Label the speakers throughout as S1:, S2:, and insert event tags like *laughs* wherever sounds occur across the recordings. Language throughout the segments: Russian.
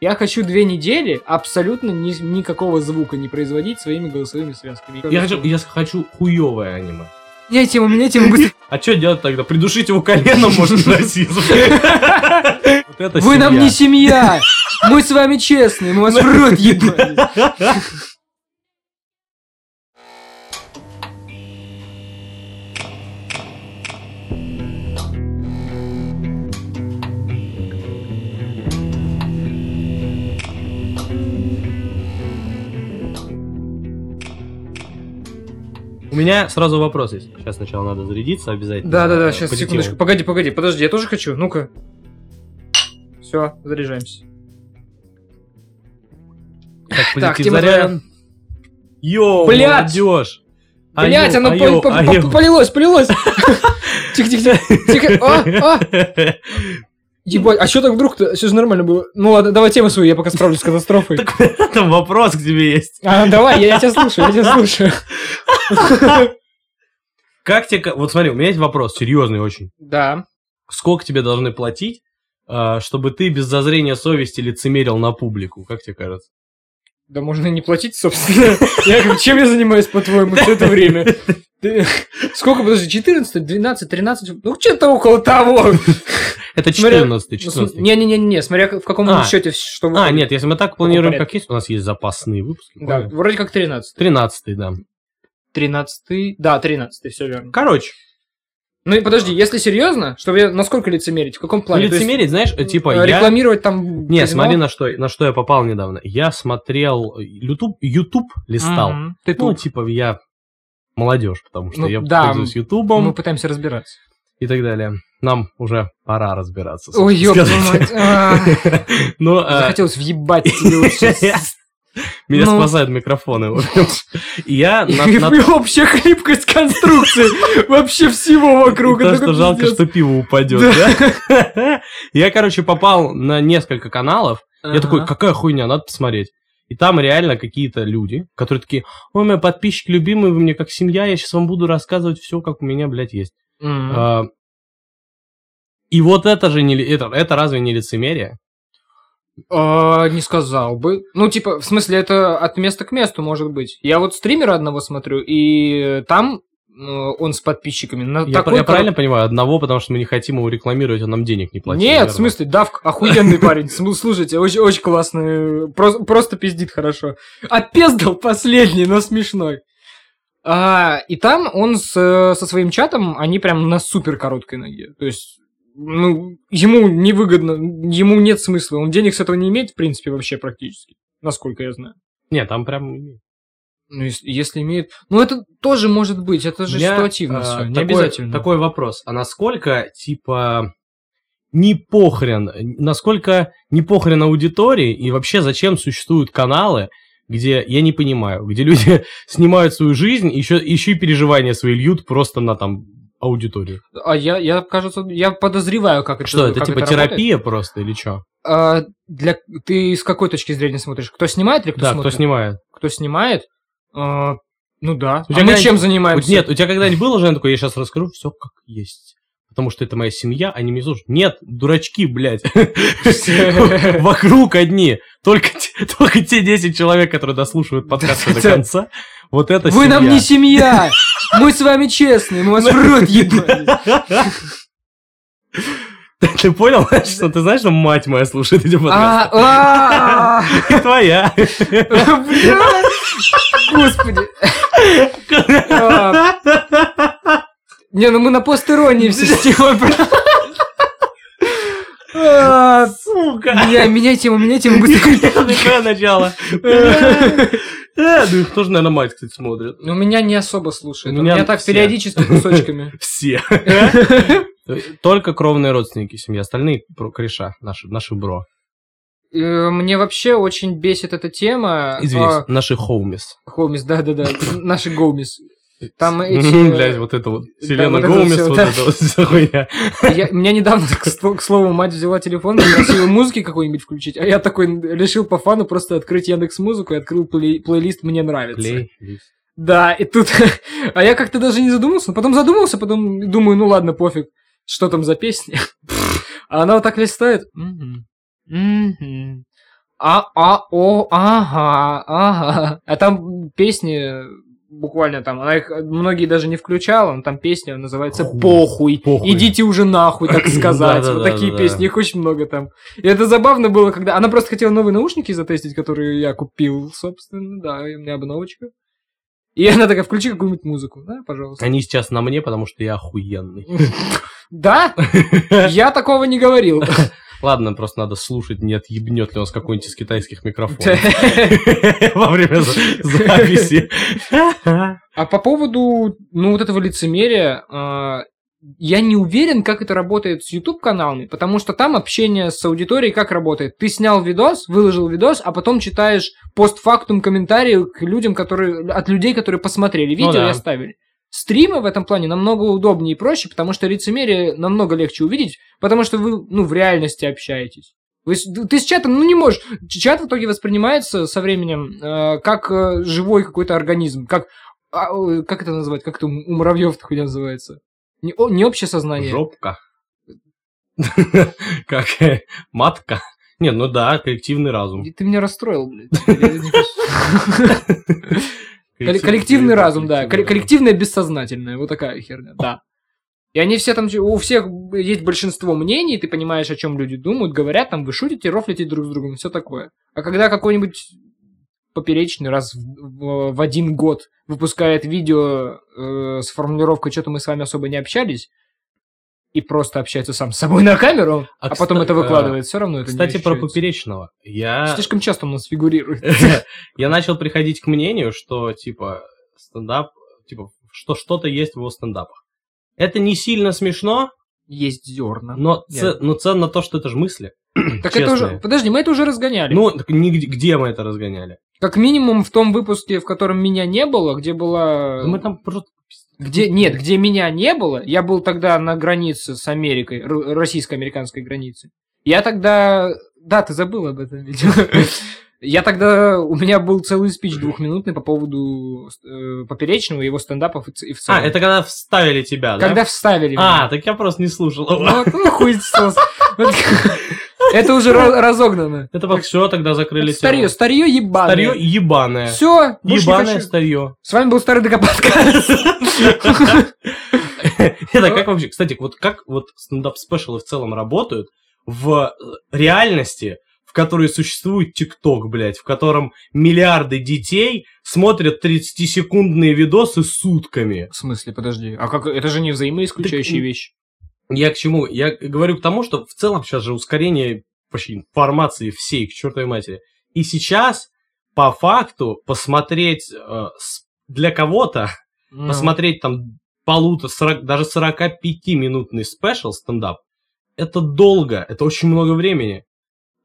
S1: Я хочу две недели абсолютно ни- никакого звука не производить своими голосовыми связками.
S2: Я хочу, я хочу хуевое аниме.
S1: Мне тему, мне тему быстро.
S2: А что делать тогда? Придушить его коленом, может, расизм. Вот это
S1: Вы нам
S2: семья.
S1: не семья! Мы с вами честные, мы вас в рот ебали.
S2: У меня сразу вопрос есть. Сейчас сначала надо зарядиться обязательно.
S1: Да, да, да,
S2: э,
S1: сейчас,
S2: позитивом.
S1: секундочку. Погоди, погоди, подожди, я тоже хочу. Ну-ка. Все, заряжаемся.
S2: Так,
S1: Так,
S2: позитив
S1: тема
S2: заряд. Йоу,
S1: Блядь!
S2: молодежь! Аю,
S1: Блять, оно
S2: аю,
S1: пол- по- по-
S2: аю.
S1: по- полилось, полилось. Тихо, тихо, тихо, тихо. А, а. Ебать, а что так вдруг-то? Все же нормально было. Ну ладно, давай тему свою, я пока справлюсь с катастрофой.
S2: *laughs* Там вопрос к тебе есть.
S1: А, давай, я, я тебя слушаю, я тебя слушаю.
S2: Как тебе... ка- Вот смотри, у меня есть вопрос, серьезный очень.
S1: Да.
S2: Сколько тебе должны платить, а, чтобы ты без зазрения совести лицемерил на публику? Как тебе кажется?
S1: Да можно и не платить, собственно. *laughs* Я говорю, чем я занимаюсь, по-твоему, все это время? Ты- Сколько, подожди, 14, 12, 13, ну что-то около того.
S2: Это
S1: Смотря-
S2: 14 14
S1: Не-не-не, смотря как- в каком
S2: А.
S1: счете, что вы-
S2: А, нет, если мы так планируем,
S1: порядка.
S2: как есть, у нас есть запасные выпуски.
S1: Да,
S2: правильно?
S1: вроде как 13.
S2: 13 да.
S1: 13, да, 13, все верно.
S2: Короче,
S1: Ну и подожди, если серьезно, чтобы я насколько лицемерить, в каком плане? То есть,
S2: А. лицемерить, знаешь, э, типа
S1: э,
S2: я...
S1: Рекламировать там...
S2: Не,
S1: казино?
S2: смотри, на что, на что я попал недавно. Я смотрел э, YouTube, YouTube листал.
S1: Мгм, Ты
S2: Ну,
S1: тут.
S2: типа, я молодежь, потому что
S1: Ну,
S2: я
S1: да,
S2: пользуюсь Ютубом
S1: Мы пытаемся разбираться.
S2: и так далее. Нам уже пора разбираться. собственно
S1: Ой, ёб твою
S2: сказать.
S1: мать. а,
S2: Ну, *laughs* а,
S1: Захотелось въебать тебе
S2: *laughs*
S1: вот сейчас.
S2: меня
S1: ну.
S2: спасают микрофоны. в общем. И *laughs* Я на-
S1: И *laughs*
S2: на-
S1: вообще хлипкость конструкции. Вообще всего вокруг.
S2: и то,
S1: это
S2: что
S1: такой
S2: жалко,
S1: пиздец.
S2: что пиво упадет, ну да? *laughs* Я, короче, попал на несколько каналов. Я такой,
S1: Ага.
S2: какая хуйня, надо посмотреть. И там реально какие-то люди, которые такие, ой, мой подписчик любимый, вы мне как семья, я сейчас вам буду рассказывать все, как у меня, блядь, есть.
S1: М.
S2: А, И вот это же не ли- это, это разве не лицемерие?
S1: А, Не сказал бы. Ну, типа, в смысле, это от места к месту может быть. Я вот стримера одного смотрю, и там э, он с подписчиками. На
S2: Я,
S1: такой
S2: пр- я
S1: корот-
S2: правильно понимаю, одного, потому что мы не хотим его рекламировать, он нам денег не платит.
S1: Нет,
S2: наверное.
S1: в смысле, Давк охуенный парень. Сму- Слушайте, очень, очень классный. Просто, просто пиздит хорошо. А пиздал последний, но смешной. А, и там он с, э, со своим чатом, они прям на супер короткой ноге. То есть, ну, ему невыгодно, ему нет смысла. Он денег с этого не имеет, в принципе, вообще практически. Насколько я знаю.
S2: Нет, там прям...
S1: Ну, ес- если, имеет... Ну, это тоже может быть, это же
S2: У меня,
S1: ситуативно
S2: э,
S1: все, не
S2: такой-
S1: обязательно.
S2: Такой вопрос. А насколько, типа, не похрен, насколько не похрен аудитории и вообще зачем существуют каналы, где, я не понимаю, где люди *laughs* снимают свою жизнь, еще, еще и переживания свои льют просто на там аудиторию.
S1: А я, я, кажется, я подозреваю, как это
S2: Что, это
S1: как
S2: типа
S1: работает.
S2: терапия просто или что?
S1: А, для... Ты с какой точки зрения смотришь? Кто снимает или кто
S2: Да, кто
S1: смотрит?
S2: снимает?
S1: Кто снимает? А, ну да.
S2: У
S1: А мы
S2: тебя какая-нибудь-
S1: чем
S2: У-
S1: занимаемся?
S2: Нет, у тебя когда-нибудь было же, я такой, я сейчас расскажу все как есть. Потому что это моя семья, они меня слушают. Нет, дурачки, блядь. *laughs* Вокруг одни. Только, те- только те 10 человек, которые дослушивают подкасты
S1: *laughs*
S2: до конца. Вот это
S1: Вы нам
S2: семья.
S1: не семья! Мы с вами честные, мы вас в
S2: *laughs*
S1: рот ебали.
S2: Ты понял, *laughs* что ты знаешь, что мать моя слушает эти подкасты?
S1: А, а,
S2: *laughs*
S1: *laughs*
S2: И твоя.
S1: блядь. Господи. А. Не, ну мы на постеронии все сделаем. А, *laughs*
S2: Сука.
S1: Меня, меняй тему, меняй тему. быстро.
S2: *laughs*
S1: *laughs*
S2: Такое начало. *laughs* Э, Ну, их тоже, наверное, мать, кстати, смотрит.
S1: Ну, меня не особо слушают.
S2: У
S1: У
S2: меня
S1: меня, так
S2: все.
S1: периодически кусочками.
S2: Все. *laughs* Только кровные родственники семьи, остальные про- кореша, наши, наши бро.
S1: Э, Мне вообще очень бесит эта тема.
S2: Извините, наши хоумис.
S1: А, Хоумис, да-да-да, наши Гоумис. Там
S2: *laughs* Мгм, Ну, Блядь,
S1: эти...
S2: вот это вот.
S1: да,
S2: Селена
S1: вот это
S2: Гоумис,
S1: всё,
S2: вот
S1: да.
S2: это вот вся хуйня.
S1: Я- Меня недавно, к сло- к слову, мать взяла телефон, просила музыки какой-нибудь включить, а я такой решил по фану просто открыть Яндекс Музыку и открыл плей- плейлист «Мне нравится». Да, и тут... *laughs* А я как-то даже не задумался, но потом задумался, потом думаю, ну ладно, пофиг, что *laughs* там за песня. А она вот так листает. Мгм. Мгм. А, а, о, ага, ага. А там песни буквально там, она их многие даже не включала, но там песня называется
S2: Хуй.
S1: «Похуй».
S2: Похуй.
S1: Идите уже нахуй,
S2: *laughs*
S1: так сказать.
S2: Да-да-да-да-да.
S1: Вот такие песни, их очень много там. И это забавно было, когда... Она просто хотела новые наушники затестить, которые я купил, собственно, да, и у меня обновочка. И она такая, включи какую-нибудь музыку, да, пожалуйста.
S2: Они сейчас на мне, потому что я охуенный.
S1: Да? Я такого не говорил.
S2: Ладно, просто надо слушать, не отъебнет ли он с какой-нибудь из китайских микрофонов *laughs* во время за- записи.
S1: А по поводу, ну, вот этого лицемерия, а, я не уверен, как это работает с YouTube-каналами, потому что там общение с аудиторией как работает. Ты снял видос, выложил видос, а потом читаешь постфактум комментарии к людям, которые, от людей, которые посмотрели видео
S2: да.
S1: и оставили. Стримы в этом плане намного удобнее и проще, потому что лицемерие намного легче увидеть, потому что вы, ну, в реальности общаетесь. Вы с- ты с чатом, ну, не можешь. Ч- Чат в итоге воспринимается со временем э, как э, живой какой-то организм, как а, э, как это назвать? Как это у у муравьев-то хуйня называется? Не, о- не общее сознание.
S2: Жопка. *laughs* Как э, матка. Не, ну да, коллективный разум.
S1: Ты меня расстроил, блядь. Я не хочу. Колле- Коллективный разум, да. Колле- Коллективное бессознательное. Вот такая херня. Да. И они все там, у всех есть большинство мнений, ты понимаешь, о чем люди думают, говорят, там вы шутите, рофлите друг с другом, все такое. А когда какой-нибудь поперечный раз в, в- в один год выпускает видео э, с формулировкой «что-то мы с вами особо не общались», и просто общается сам с собой на камеру,
S2: А,
S1: а, потом
S2: кста-
S1: это выкладывает, все равно это не
S2: Кстати, про
S1: ощущается.
S2: поперечного. Я...
S1: Слишком часто у нас фигурирует.
S2: *laughs* я начал приходить к мнению, что типа стендап, типа что что-то есть в его стендапах. Это не сильно смешно,
S1: Есть зерна.
S2: но, ц-
S1: Нет.
S2: но ценно то, что это же мысли.
S1: Так это уже...
S2: честные.
S1: Подожди, мы это уже разгоняли.
S2: Ну, так нигде- где мы это разгоняли?
S1: Как минимум в том выпуске, в котором меня не было, где была...
S2: Мы там просто...
S1: Где... Нет, где меня не было, я был тогда на границе с Америкой, ру- российско-американской границе. Я тогда... Да, ты забыл об этом видео. Я тогда... У меня был целый спич двухминутный по поводу э, поперечного, его стендапов и ц- и в
S2: А,
S1: целом.
S2: это когда вставили тебя, да?
S1: Когда вставили
S2: А,
S1: меня.
S2: так я просто не слушал.
S1: Вот, ну, хуй сос. Вот. *laughs* Это уже ра- разогнано.
S2: Это вот все, тогда закрыли
S1: Старье,
S2: тему.
S1: старье
S2: Старье
S1: ебаное.
S2: ебаное.
S1: Все,
S2: Ебаное старье.
S1: С вами был Старый Докопатка.
S2: *laughs* Это как вообще, кстати, вот как вот стендап-спешалы в целом работают в э, реальности, в которой существует ТикТок, блядь, в котором миллиарды детей смотрят 30-секундные видосы сутками.
S1: В смысле, подожди, а как, это же не
S2: Так,
S1: взаимоисключающие
S2: м,
S1: вещи.
S2: Я к чему? Я говорю к тому, что в целом сейчас же ускорение вообще информации всей, к чертовой матери. И сейчас, по факту, посмотреть э, с- для кого-то ну.
S1: Ну.
S2: посмотреть там полутора, сорок- даже 45-минутный спешл, стендап, это долго, это очень много времени.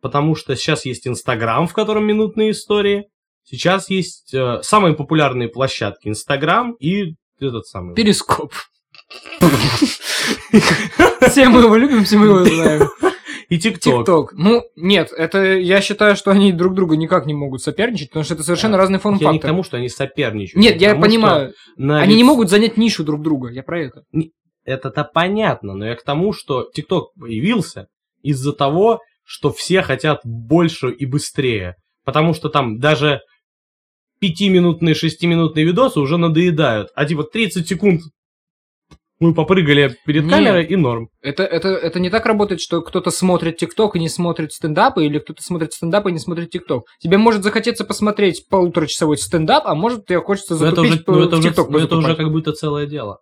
S2: Потому что сейчас есть Инстаграм, в котором минутные истории. Сейчас есть э, самые популярные площадки Инстаграм и этот самый.
S1: Перископ. Все мы его любим, все мы его знаем.
S2: И ТикТок.
S1: *laughs* Тик-ток. Ну, нет, это я считаю, что они друг друга никак не могут соперничать, потому что это совершенно
S2: Да.
S1: разный фон
S2: Я не к
S1: фактор.
S2: тому, что они соперничают.
S1: Нет, я
S2: потому что
S1: понимаю,
S2: на
S1: они не
S2: лиц-
S1: могут занять нишу друг друга, я про это.
S2: Это-то понятно, но я к тому, что ТикТок появился из-за того, что все хотят больше и быстрее. Потому что там даже 5-минутные, 6-минутные видосы уже надоедают. А типа 30 секунд мы попрыгали перед
S1: Нет.
S2: камерой и норм.
S1: Это, это, это не так работает, что кто-то смотрит ТикТок и не смотрит стендапы, или кто-то смотрит стендапы и не смотрит ТикТок. Тебе может захотеться посмотреть полуторачасовой стендап, а может тебе хочется
S2: Но это, уже,
S1: затупить по-
S2: ну, это,
S1: в
S2: уже,
S1: ТикТок.
S2: ну, это уже
S1: позакупать.
S2: как будто целое дело.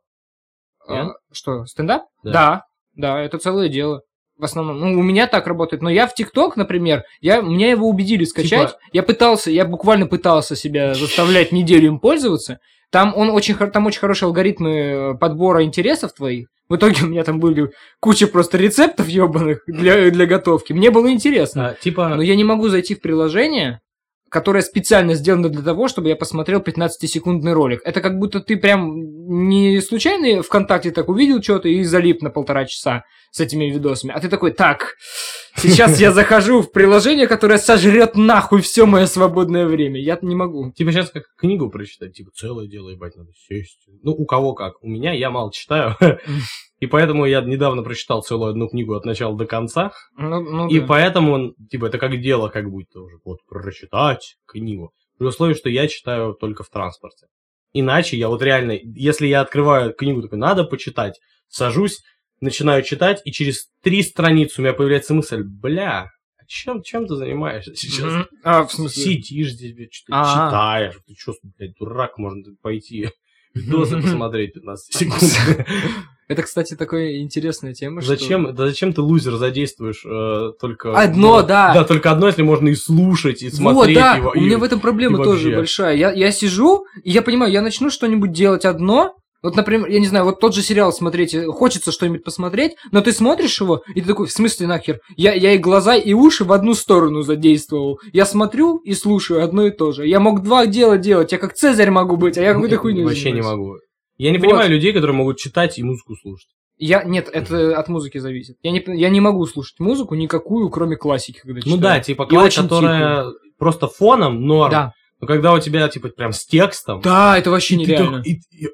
S1: А,
S2: Нет?
S1: Что, стендап?
S2: Да.
S1: Да. да, это целое дело. В основном, ну, у меня так работает. Но я в ТикТок, например, я, меня его убедили скачать.
S2: Типа-
S1: Я пытался, я буквально пытался
S2: *laughs*
S1: себя заставлять неделю им пользоваться. Там, он очень, хор- там очень хорошие алгоритмы э, подбора интересов твоих. В итоге у меня там были куча просто рецептов ебаных для, для готовки. Мне было интересно.
S2: А, типа,
S1: Но Ну, я не могу зайти в приложение, которое специально сделано для того, чтобы я посмотрел 15-секундный ролик. Это как будто ты прям не случайно ВКонтакте так увидел что-то и залип на полтора часа с этими видосами. А ты такой, так, сейчас я захожу в приложение, которое сожрет нахуй все мое свободное время. Я не могу.
S2: типа сейчас как книгу прочитать. Типа целое дело, ебать, надо сесть. Ну, у кого как. У меня, я мало читаю. *laughs* И поэтому я недавно прочитал целую одну книгу от начала до конца.
S1: Ну, ну
S2: И
S1: да.
S2: поэтому, он, типа, это как дело, как будто уже. Вот прочитать книгу. При условии, что я читаю только в транспорте. Иначе я вот реально, если я открываю книгу, такой, надо почитать, сажусь, начинаю читать, и через три страницы у меня появляется мысль, бля, а чем, чем ты занимаешься сейчас?
S1: Мгм. А, в смысле?
S2: Сидишь здесь, блядь, что-то
S1: А.
S2: читаешь. Ты что, блядь, дурак, можно тут
S1: *laughs*
S2: пойти видосы посмотреть 15 секунд.
S1: Это, кстати, такая интересная тема. Ну что-
S2: Зачем, да зачем ты лузер задействуешь э, только...
S1: Одно,
S2: ну,
S1: да.
S2: Да, только одно, если можно и слушать, и смотреть
S1: вот, да,
S2: его.
S1: у меня
S2: и-
S1: в этом проблема
S2: и
S1: тоже
S2: вообще.
S1: большая. Я, я сижу, и я понимаю, я начну что-нибудь делать одно. Вот, например, я не знаю, вот тот же сериал смотреть, э, хочется что-нибудь посмотреть, но ты смотришь его, и ты такой, в смысле нахер? Я, я и глаза, и уши в одну сторону задействовал. Я смотрю и слушаю одно и то же. Я мог два дела делать, я как Цезарь могу быть, а я какую-то хуйню
S2: ну, Вообще не
S1: занимаюсь.
S2: могу. Я не
S1: Вот.
S2: понимаю людей, которые могут читать и музыку слушать.
S1: Я, нет, это от музыки зависит. Я не, п- я не могу слушать музыку никакую, кроме классики, когда
S2: Ну
S1: читаю.
S2: да, типа класс,
S1: очень
S2: которая просто фоном норм.
S1: Да,
S2: Но когда у тебя, типа, прям с текстом...
S1: да, это вообще
S2: и ты
S1: нереально.
S2: так- и- и-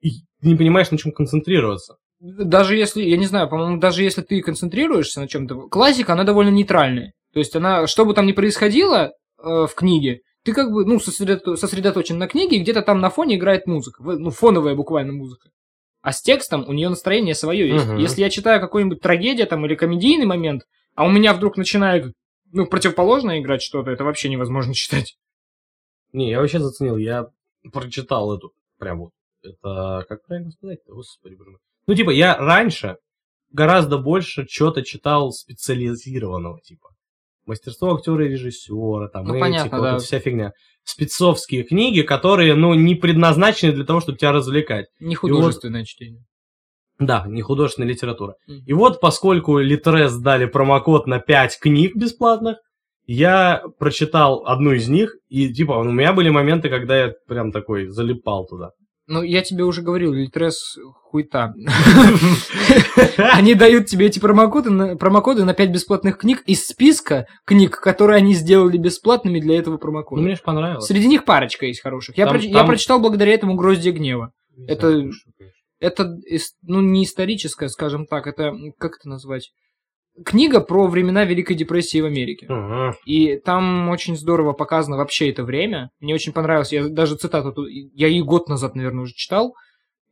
S2: и ты не понимаешь, на чем концентрироваться.
S1: даже если, я не знаю, по-моему, даже если ты концентрируешься на чем-то, классика, она довольно нейтральная. То есть она, что бы там ни происходило э, в книге, ты как бы, ну, сосредо- сосредоточен на книге, и где-то там на фоне играет музыка, в- ну, фоновая буквально музыка. А с текстом у нее настроение свое есть.
S2: Мгм.
S1: Если я читаю какую-нибудь трагедию там или комедийный момент, а у меня вдруг начинает, ну, противоположное играть что-то, это вообще невозможно читать.
S2: Не, я вообще заценил, я прочитал эту, прям вот, это, как правильно сказать господи, боже мой. Ну, типа, я раньше гораздо больше чего-то читал специализированного, типа, мастерство актера и режиссера, там,
S1: Ну,
S2: эти,
S1: понятно,
S2: вот
S1: да.
S2: эта вся фигня. Спецовские книги, которые, ну, не предназначены для того, чтобы тебя развлекать.
S1: Не художественное чтение.
S2: Да, не художественная литература.
S1: Мгм.
S2: И вот, поскольку Литрес дали промокод на 5 книг бесплатных, я прочитал одну из них, и типа у меня были моменты, когда я прям такой залипал
S1: *laughs*
S2: туда.
S1: Ну, я тебе уже говорил, Литрес *laughs* хуйта. Они дают тебе эти промокоды на, промокоды на 5 бесплатных книг из списка книг, которые они сделали бесплатными для этого
S2: Ну,
S1: промокода.
S2: мне же понравилось.
S1: Среди них парочка есть хороших. Я,
S2: Там-
S1: проч- я
S2: там-
S1: прочитал благодаря этому «Гроздья гнева».
S2: Не
S1: это-
S2: знаю, хорошо, конечно.
S1: Это, ис- ну, не историческая, скажем так, это, м, как это назвать? Книга про времена Великой депрессии в Америке.
S2: Ага.
S1: И там очень здорово показано вообще это время. Мне очень понравилось, я даже цитату, тут- я ее год назад, наверное, уже читал.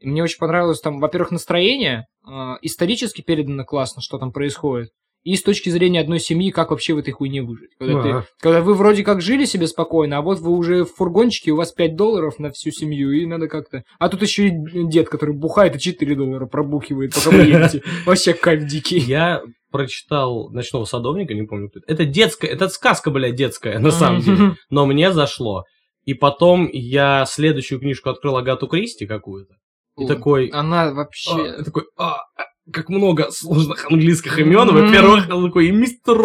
S1: И мне очень понравилось там, во-первых, настроение, э, исторически передано классно, что там происходит, и с точки зрения одной семьи, как вообще в этой хуйне выжить. Когда, ты-
S2: Ага.
S1: когда вы вроде как жили себе спокойно, а вот вы уже в фургончике, у вас 5 долларов на всю семью, и надо как-то... А тут еще и дед, который бухает и 4 доллара пробухивает, пока вы едете.
S2: *laughs*
S1: Вообще кайф дикий.
S2: Я прочитал «Ночного садовника», не помню кто это. Это детская, это сказка, блядь, детская, на самом деле. но мне зашло. И потом я следующую книжку открыл Агату Кристи какую-то. И
S1: О,
S2: такой,
S1: Она
S2: а,
S1: вообще...
S2: такой, а, а, как много сложных английских имен.
S1: Мгм.
S2: Во-первых, он такой, и мистер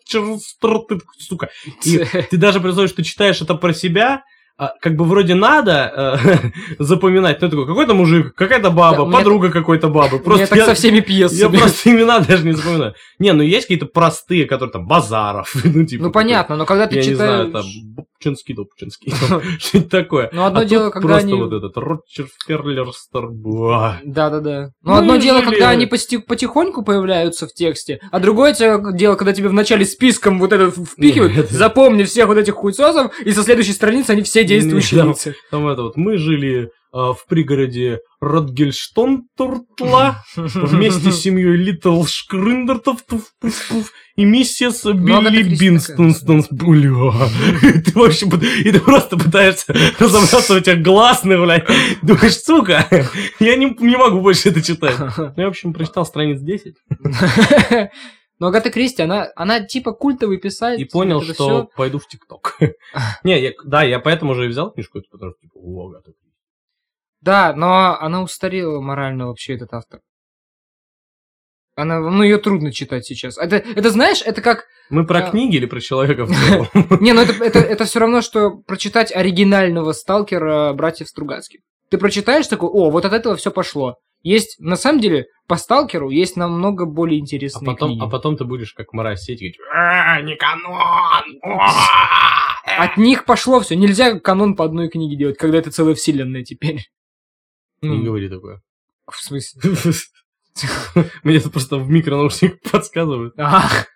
S2: Рэдчерстер, ты такой, сука. А, И ты даже представляешь, что читаешь это про себя, а, как бы вроде надо э, *laughs* запоминать. Ну, такой, какой-то мужик, какая-то
S1: Да, у
S2: баба,
S1: меня
S2: подруга какой-то бабы.
S1: Просто так
S2: я-
S1: со всеми
S2: я
S1: пьесами.
S2: просто имена даже не запоминаю. Не, ну есть какие-то простые, которые там Базаров. *laughs* Ну, типа,
S1: Ну
S2: такой,
S1: понятно, но когда ты
S2: я не
S1: читаешь...
S2: знаю, там, Бубчинский, Дубчинский, там, *laughs* что-нибудь такое.
S1: *laughs* Ну, одно
S2: А
S1: дело,
S2: тут
S1: когда
S2: просто
S1: они-
S2: вот этот Роджер Ферлерстер, буа.
S1: Да-да-да. Но
S2: Ну
S1: одно
S2: и
S1: дело,
S2: жили.
S1: когда они пости- потихоньку появляются в тексте, а другое те- дело, когда тебе вначале списком вот этот
S2: Нет.
S1: впихивают, запомни всех вот этих хуйсосов, и со следующей страницы они все действующие
S2: Нет.
S1: лица.
S2: Там это вот, мы жили а, в пригороде
S1: *laughs*
S2: Ротгельштон-Туртла вместе с семьей Литл Шкрындертов и миссис
S1: Агата
S2: Билли
S1: Кристи
S2: Бинстонстонс. Бля. *laughs* Ты вообще пыт- и ты просто пытаешься разобраться в этих гласных, блядь. Думаешь, сука, *laughs* я не, не могу больше это читать.
S1: *laughs*
S2: Ну, я, в общем, прочитал страниц 10.
S1: Но Ну, Агата Кристи, она, она типа культовый писатель.
S2: и понял,
S1: это
S2: что
S1: всё.
S2: пойду в ТикТок. *laughs* Не, я- да, я поэтому же и взял книжку, эту, потому что типа, «О, Агата Кристи».
S1: Да, но она устарела морально вообще, этот автор. Она, ну, ее трудно читать сейчас. Это, это знаешь, это как
S2: Мы про
S1: Да.
S2: книги или про человека в целом?
S1: Не, ну это, это, это все равно, что прочитать оригинального сталкера братьев Стругацких. Ты прочитаешь такой, о, вот от этого все пошло. Есть, на самом деле, по сталкеру есть намного более
S2: А
S1: интересные
S2: потом,
S1: книги.
S2: а потом ты будешь как мразь сидеть и говорить, «А, не канон! А, э».
S1: От них пошло все. Нельзя канон по одной книге делать, когда это целая вселенная теперь.
S2: Не
S1: Ну, *laughs*
S2: говори такое.
S1: в смысле?
S2: Мне это просто в микронаушник подсказывает.
S1: Ах.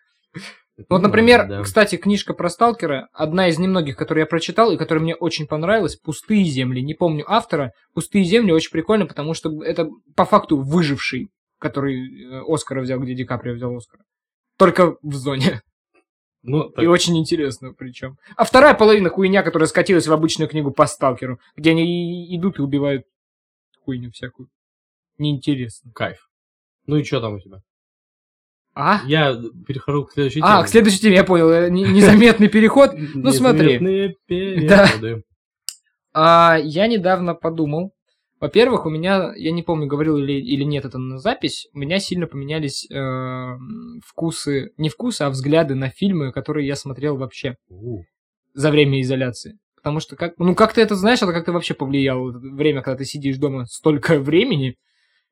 S1: Ну, Вот, например,
S2: Да.
S1: кстати, книжка про сталкера, одна из немногих, которую я прочитал и которая мне очень понравилась, «Пустые земли». Не помню автора. «Пустые земли» очень прикольно, потому что это по факту выживший, который э, Оскара взял, где Ди Каприо взял Оскара. Только в зоне. *laughs*
S2: Ну, так,
S1: И очень интересно причем. А вторая половина хуйня, которая скатилась в обычную книгу по сталкеру, где они и- идут и убивают хуйню всякую. Неинтересно.
S2: кайф. Ну и что там у тебя?
S1: А?
S2: Я перехожу к следующей
S1: А, к следующей теме, я понял. э, не- Незаметный переход.
S2: Ну
S1: смотри. Да. А, я недавно подумал. Во-первых, у меня, я не помню, говорил или, или нет это на запись, у меня сильно поменялись э, м, вкусы, не вкусы, а взгляды на фильмы, которые я смотрел вообще за время изоляции. Потому что как, ну как ты это знаешь, это как-то вообще повлияло это время, когда ты сидишь дома столько *laughs* времени.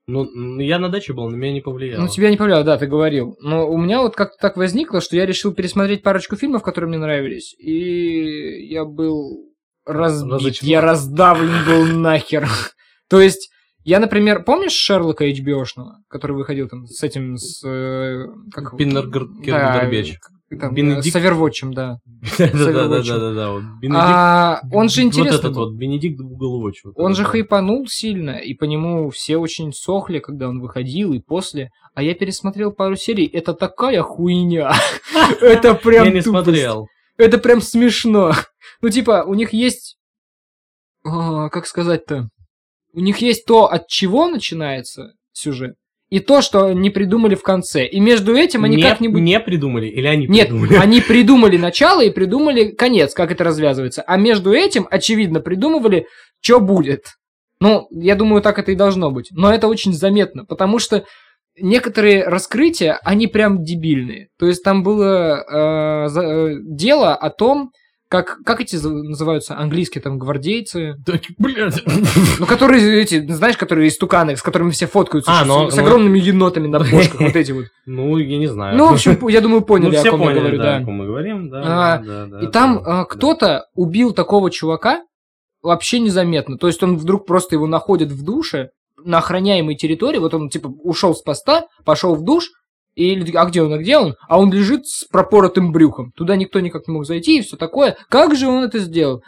S2: Ну, м, я на даче был, на меня не повлияло.
S1: Ну
S2: *laughs*
S1: тебя не повлияло, да, ты говорил. Но у меня вот как-то так возникло, что я решил пересмотреть парочку фильмов, которые мне нравились, и я был разбит,
S2: Разочарован.
S1: я раздавлен был нахер. *laughs* То есть я, например, помнишь Шерлока HBO-шного, который выходил там с этим, с... э, как его?
S2: Пиннергер-
S1: Да,
S2: Кирдербеч.
S1: там, э,
S2: Бенедикт.
S1: С Овервотчем, да.
S2: Да-да-да-да-да. вот Бенедикт-
S1: А, он же интересный
S2: Вот этот
S1: был.
S2: вот, Бенедикт Гуголвотч. вот
S1: Он
S2: этот
S1: же
S2: вот.
S1: хайпанул сильно, и по нему все очень сохли, когда он выходил, и после. А я пересмотрел пару серий, это такая
S2: *laughs*
S1: хуйня. Это прям
S2: Я не
S1: тупость.
S2: смотрел.
S1: Это прям смешно. *laughs* Ну, типа, у них есть... а, Как сказать-то? У них есть то, от чего начинается сюжет, и то, что не придумали в конце. И между этим они
S2: Не-
S1: как-нибудь...
S2: Не придумали, или они
S1: Нет,
S2: придумали?
S1: они придумали начало и придумали конец, как это развязывается. А между этим, очевидно, придумывали, что будет. Ну, я думаю, так это и должно быть. Но это очень заметно, потому что некоторые раскрытия, они прям дебильные. То есть там было э, за- э, дело о том, как, как эти за- называются английские там гвардейцы,
S2: Да, блядь.
S1: ну, которые эти, знаешь, которые истуканы, с которыми все фоткаются,
S2: А,
S1: с-
S2: ну,
S1: с,
S2: ну.
S1: огромными енотами
S2: *laughs*
S1: на бошках, вот эти вот.
S2: Ну, я не знаю.
S1: Ну, в общем, я думаю,
S2: Ну,
S1: поняли, о
S2: все
S1: ком я
S2: поняли,
S1: говорю,
S2: да,
S1: да.
S2: о ком мы говорим, да,
S1: А,
S2: да, да,
S1: И
S2: да,
S1: там
S2: да.
S1: а, кто-то убил такого чувака вообще незаметно. То есть он вдруг просто его находит в душе на охраняемой территории. Вот он типа ушел с поста, пошел в душ. И люди, а где он, а где он? А он лежит с пропоротым брюхом. Туда никто никак не мог зайти и все такое. Как же он это сделал?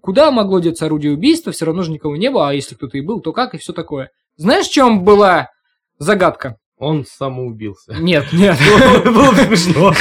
S1: Куда могло деться орудие убийства? Все равно же никого не было, а если кто-то и был, то как и все такое. Знаешь, в чем была
S2: *laughs*
S1: загадка?
S2: Он самоубился.
S1: Нет, нет.
S2: *laughs* Было бы смешно.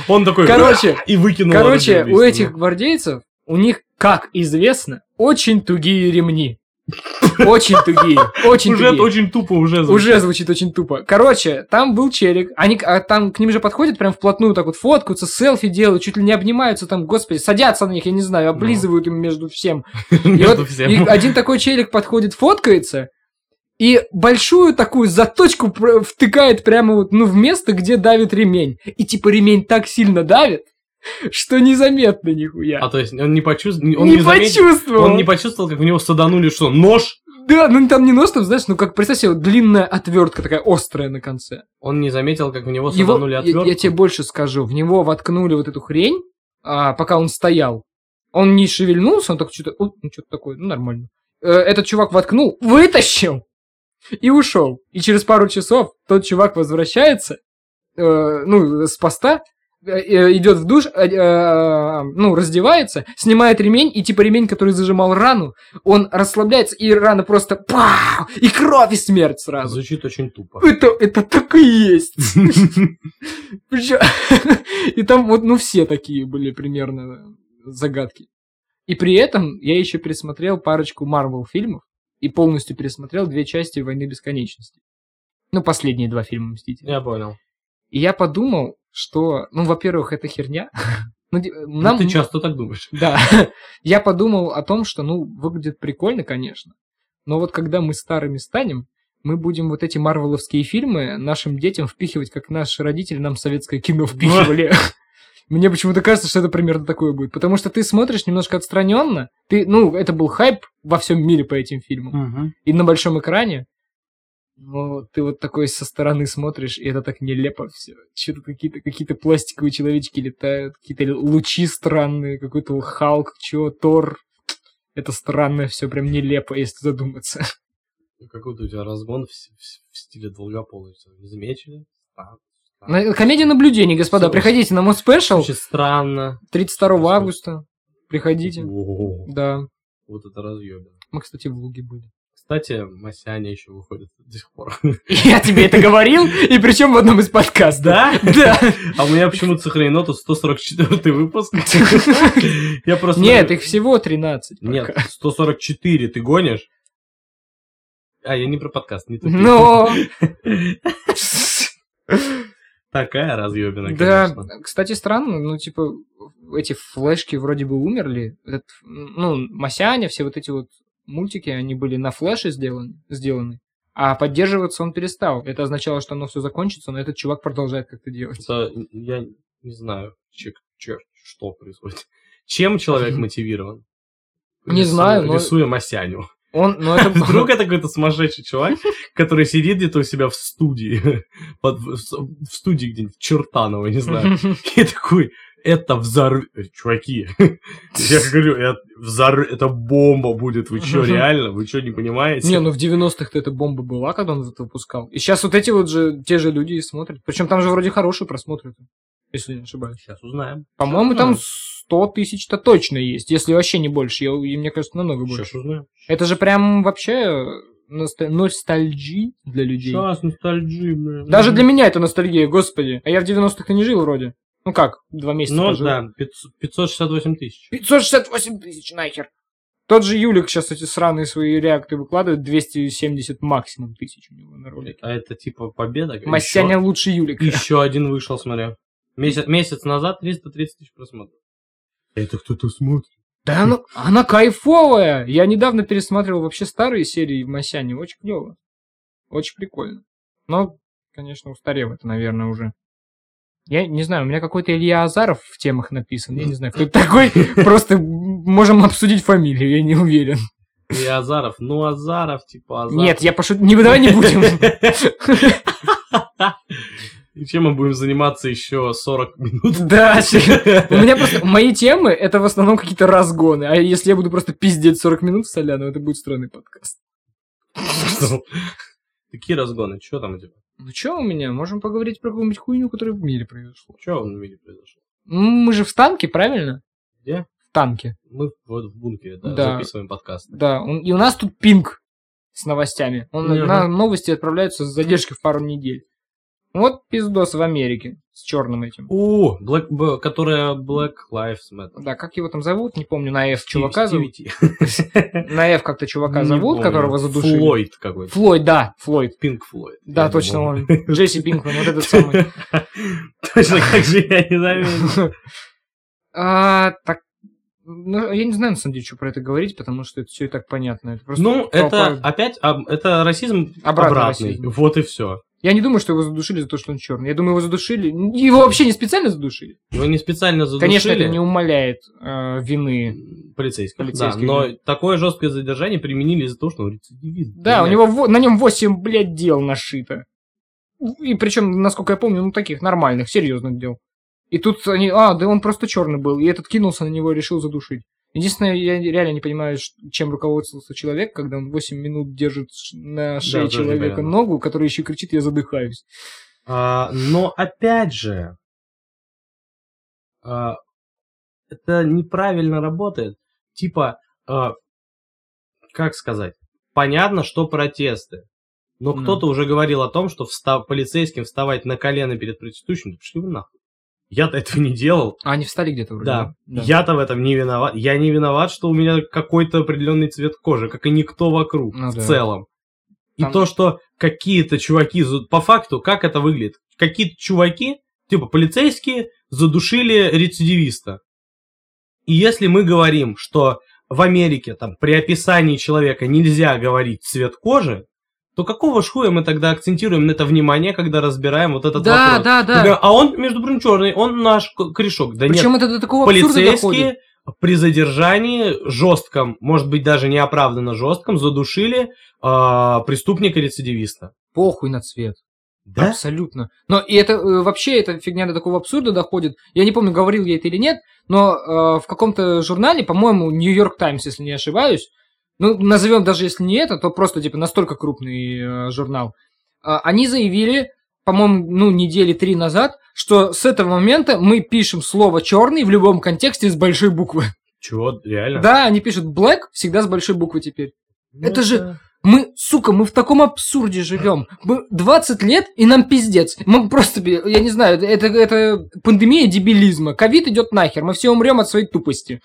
S1: *laughs*
S2: Он такой...
S1: Короче,
S2: и выкинул.
S1: Короче,
S2: орудие
S1: у
S2: убийства.
S1: этих гвардейцев, у них, как известно, очень тугие ремни. *laughs* Очень тугие. Очень
S2: Уже
S1: тугие.
S2: очень тупо уже звучит.
S1: Уже звучит очень тупо. Короче, там был челик, они, к- а там к ним же подходят прям вплотную, так вот фоткаются, селфи делают, чуть ли не обнимаются там, господи, садятся на них, я не
S2: Ну.
S1: знаю, облизывают им между всем. И
S2: *laughs* Между
S1: вот
S2: всем.
S1: и а, один такой челик подходит, фоткается, и большую такую заточку пр- втыкает прямо вот, ну, в место, где давит ремень. И типа ремень так сильно давит, что незаметно нихуя.
S2: А то есть он не почувствовал, он
S1: не,
S2: не, заметил,
S1: почувствовал.
S2: он не почувствовал, как в него саданули что, нож?
S1: Да, ну там не нос, там, знаешь, ну как, представь себе, вот длинная отвертка такая острая на конце.
S2: Он не заметил, как в него
S1: Его-
S2: саданули
S1: я-
S2: отвертку.
S1: я, тебе больше скажу, в него воткнули вот эту хрень, а, пока он стоял. Он не шевельнулся, он так что-то, «О, ну что-то такое, ну нормально. Э, этот чувак воткнул, вытащил и ушел. И через пару часов тот чувак возвращается, э, ну, с поста, э, э, идет в душ, э, э, ну, раздевается, снимает ремень, и типа ремень, который зажимал рану, он расслабляется, и рана просто пау, и кровь, и смерть сразу.
S2: Звучит очень тупо.
S1: Это, это так и
S2: *laughs*
S1: есть. Причем- *laughs* И там вот, ну, все такие были примерно загадки. И при этом я еще пересмотрел парочку Марвел фильмов и полностью пересмотрел две части «Войны бесконечности». Ну, последние два фильма «Мстители».
S2: Я понял.
S1: И я подумал, что, ну, во-первых, это херня. *laughs* Ну, ди-
S2: Ну,
S1: нам-
S2: ты часто так думаешь.
S1: *laughs* Да. Я подумал о том, что, ну, выглядит прикольно, конечно. Но вот когда мы старыми станем, мы будем вот эти марвеловские фильмы нашим детям впихивать, как наши родители нам советское кино впихивали. *laughs* Мне почему-то кажется, что это примерно такое будет. Потому что ты смотришь немножко отстраненно. Ты, ну, это был хайп во всем мире по этим фильмам. И на большом экране. Но ты вот такой со стороны смотришь, и это так нелепо все. Что-то какие-то какие пластиковые человечки летают, какие-то л- лучи странные, какой-то Халк, чё, Тор. Это странно все прям нелепо, если задуматься.
S2: Какой-то у тебя разгон в, с- в с- в стиле долгополый. что Не замечали? Странно.
S1: На- Комедия наблюдений, господа.
S2: Всё.
S1: Приходите на мой спешл
S2: Очень странно.
S1: 32 августа. Приходите.
S2: Во,
S1: Да.
S2: Вот это разъебин.
S1: Мы, кстати, в Луге были.
S2: Кстати, Масяня еще выходит до сих пор.
S1: *laughs* Я тебе это говорил, и причем в одном из подкастов.
S2: *laughs* Да?
S1: Да.
S2: *laughs* А у меня почему-то сохранено тут 144 выпуск. *laughs* Я просто...
S1: Нет, их всего 13. пока.
S2: Нет, 144 ты гонишь? А, я не про подкаст, не тупи.
S1: Но...
S2: *laughs* Такая *laughs* разъебина,
S1: Да,
S2: конечно.
S1: кстати, странно, ну, типа, эти флешки вроде бы умерли. Этот, ну, Масяня, все вот эти вот мультики, они были на флеше сделаны, сделаны, а поддерживаться он перестал. Это означало, что оно все закончится, но этот чувак продолжает как-то делать.
S2: Это я не знаю, че- че- что происходит. *laughs* Чем человек мотивирован?
S1: Не
S2: Рису-
S1: знаю, но- *laughs*
S2: Рисуя Масяню.
S1: Он, ну,
S2: *laughs*
S1: это... *laughs*
S2: Вдруг это какой-то сумасшедший чувак, который сидит где-то у себя в студии. *laughs* Под- в с- в студии где-нибудь, в Чертаново, не знаю. И такой, это взорв... Чуваки, *laughs* я
S1: *laughs*
S2: говорю, это, взор... это бомба будет. Вы что, реально? Вы что, не
S1: *laughs*
S2: понимаете?
S1: Не, ну в 90-х-то эта бомба была, когда он это выпускал. И сейчас вот эти вот же, те же люди и смотрят. Причем там же вроде хорошие просмотры, если не ошибаюсь.
S2: Сейчас узнаем.
S1: По-моему,
S2: Ну,
S1: там 100 тысяч-то точно есть, если вообще не больше. Я, и мне кажется, намного больше.
S2: Сейчас узнаем.
S1: Это же прям вообще ностальгии ностальджи для людей.
S2: Сейчас ностальджи, блин.
S1: Даже для меня это ностальгия, господи. А я в 90-х и не жил вроде. Ну как, два месяца
S2: Ну
S1: пожил.
S2: да, 500- 568 тысяч.
S1: 568 тысяч нахер. Тот же Юлик сейчас эти сраные свои реакты выкладывает, 270 максимум тысяч у него на ролике.
S2: А это типа победа?
S1: Масяня лучше Юлика.
S2: Еще один вышел, смотрю. Месяц, месяц назад 330 тысяч просмотров. Это кто-то смотрит.
S1: Да она, она кайфовая! Я недавно пересматривал вообще старые серии в Масяне. Очень клево. Очень прикольно. Но, конечно, устарел это, наверное, уже. Я не знаю, у меня какой-то Илья Азаров в темах написан. Я не знаю, кто это такой. Просто можем обсудить фамилию, я не уверен.
S2: И Азаров. Ну, Азаров, типа Азаров.
S1: Нет, я пошутил. Не, давай не будем.
S2: И чем мы будем заниматься еще
S1: *laughs*
S2: 40 минут?
S1: Да, У меня просто... Мои темы — это в основном какие-то разгоны. А если я буду просто пиздеть 40 минут в соляну, это будет странный подкаст.
S2: Такие разгоны. Че там у тебя?
S1: Ну что у меня? Можем поговорить про какую-нибудь хуйню, которая в мире произошла.
S2: Че в мире произошло?
S1: М, Мы же в танке, правильно?
S2: Где?
S1: В танке.
S2: Мы вот в бункере да,
S1: Да.
S2: записываем подкаст.
S1: Да. он- и у нас тут пинг с новостями. Он,
S2: Мгм.
S1: На новости отправляются с задержкой в пару недель. Вот пиздос в Америке с черным этим.
S2: О, Black, Б- которая Black Lives Matter.
S1: Да, как его там зовут, не помню, на F чувака зовут.
S2: Стиви Ти.
S1: На F как-то чувака
S2: Не
S1: зовут,
S2: помню.
S1: которого задушили.
S2: Флойд какой-то.
S1: Флойд, да, Флойд.
S2: Пинк Флойд.
S1: Да,
S2: Я
S1: точно
S2: думал.
S1: он. Джесси Пинкман, вот этот самый.
S2: *laughs* Точно, как же я не заметил.
S1: *laughs* А, так, ну, я не знаю, на самом деле, что про это говорить, потому что это все и так понятно. Это просто
S2: Ну,
S1: толпа-
S2: это опять, а, это расизм
S1: Обратный
S2: обратный.
S1: расизм.
S2: Вот и все.
S1: Я не думаю, что его задушили за то, что он черный. Я думаю, его задушили. Его вообще не специально задушили.
S2: Его не специально задушили.
S1: Конечно, это не умаляет э, вины.
S2: полицейских.
S1: Полицейских,
S2: да, но такое жесткое задержание применили из-за того, что он рецидивист.
S1: Да, у
S2: Блядь.
S1: него во- на нем 8, блядь, дел нашито. И причем, насколько я помню, ну таких нормальных, серьезных дел. И тут они, а, да он просто черный был. И этот кинулся на него и решил задушить. Единственное, я реально не понимаю, ш- чем руководствовался человек, когда он 8 минут держит ш- на шее
S2: тоже
S1: человека
S2: непонятно.
S1: ногу, который еще кричит, я задыхаюсь.
S2: А, но опять же, а, это неправильно работает. Типа, а, как сказать, понятно, что протесты. Но
S1: Ну.
S2: кто-то уже говорил о том, что вста- полицейским вставать на колено перед протестующим, да пошли вы нахуй. Я-то этого не делал.
S1: А они встали где-то вроде.
S2: Да. Я-то в этом не виноват. Я не виноват, что у меня какой-то определенный цвет кожи, как и никто вокруг
S1: Ну
S2: в
S1: да.
S2: целом. И
S1: Там-
S2: то, что какие-то чуваки... за- По факту, как это выглядит? Какие-то чуваки, типа полицейские, задушили рецидивиста. И если мы говорим, что в Америке там при описании человека нельзя говорить цвет кожи, то какого ж хуя мы тогда акцентируем на это внимание, когда разбираем вот этот
S1: да,
S2: вопрос?
S1: да, да.
S2: А он, между прочим, черный, он наш к- корешок. Да нет,
S1: Причем это до такого абсурда доходит.
S2: полицейские при задержании жестком, может быть даже неоправданно жестком, задушили а, преступника-рецидивиста.
S1: Похуй на цвет.
S2: Да?
S1: Абсолютно. Но и это э, вообще эта фигня до такого абсурда доходит. Я не помню, говорил я это или нет, но э, в каком-то журнале, по-моему, Нью-Йорк Таймс, если не ошибаюсь, ну, назовем даже если не это, то просто, типа, настолько крупный э, журнал. А, они заявили, по-моему, ну, недели три назад, что с этого момента мы пишем слово черный в любом контексте с большой буквы.
S2: Чего, реально?
S1: Да, они пишут black всегда с большой буквы теперь. это же- Мы, сука, мы в таком абсурде живем. Мы 20 лет, и нам пиздец. Мы просто, бе- я не знаю, это, это пандемия дебилизма. Ковид идет нахер, мы все умрем от своей тупости.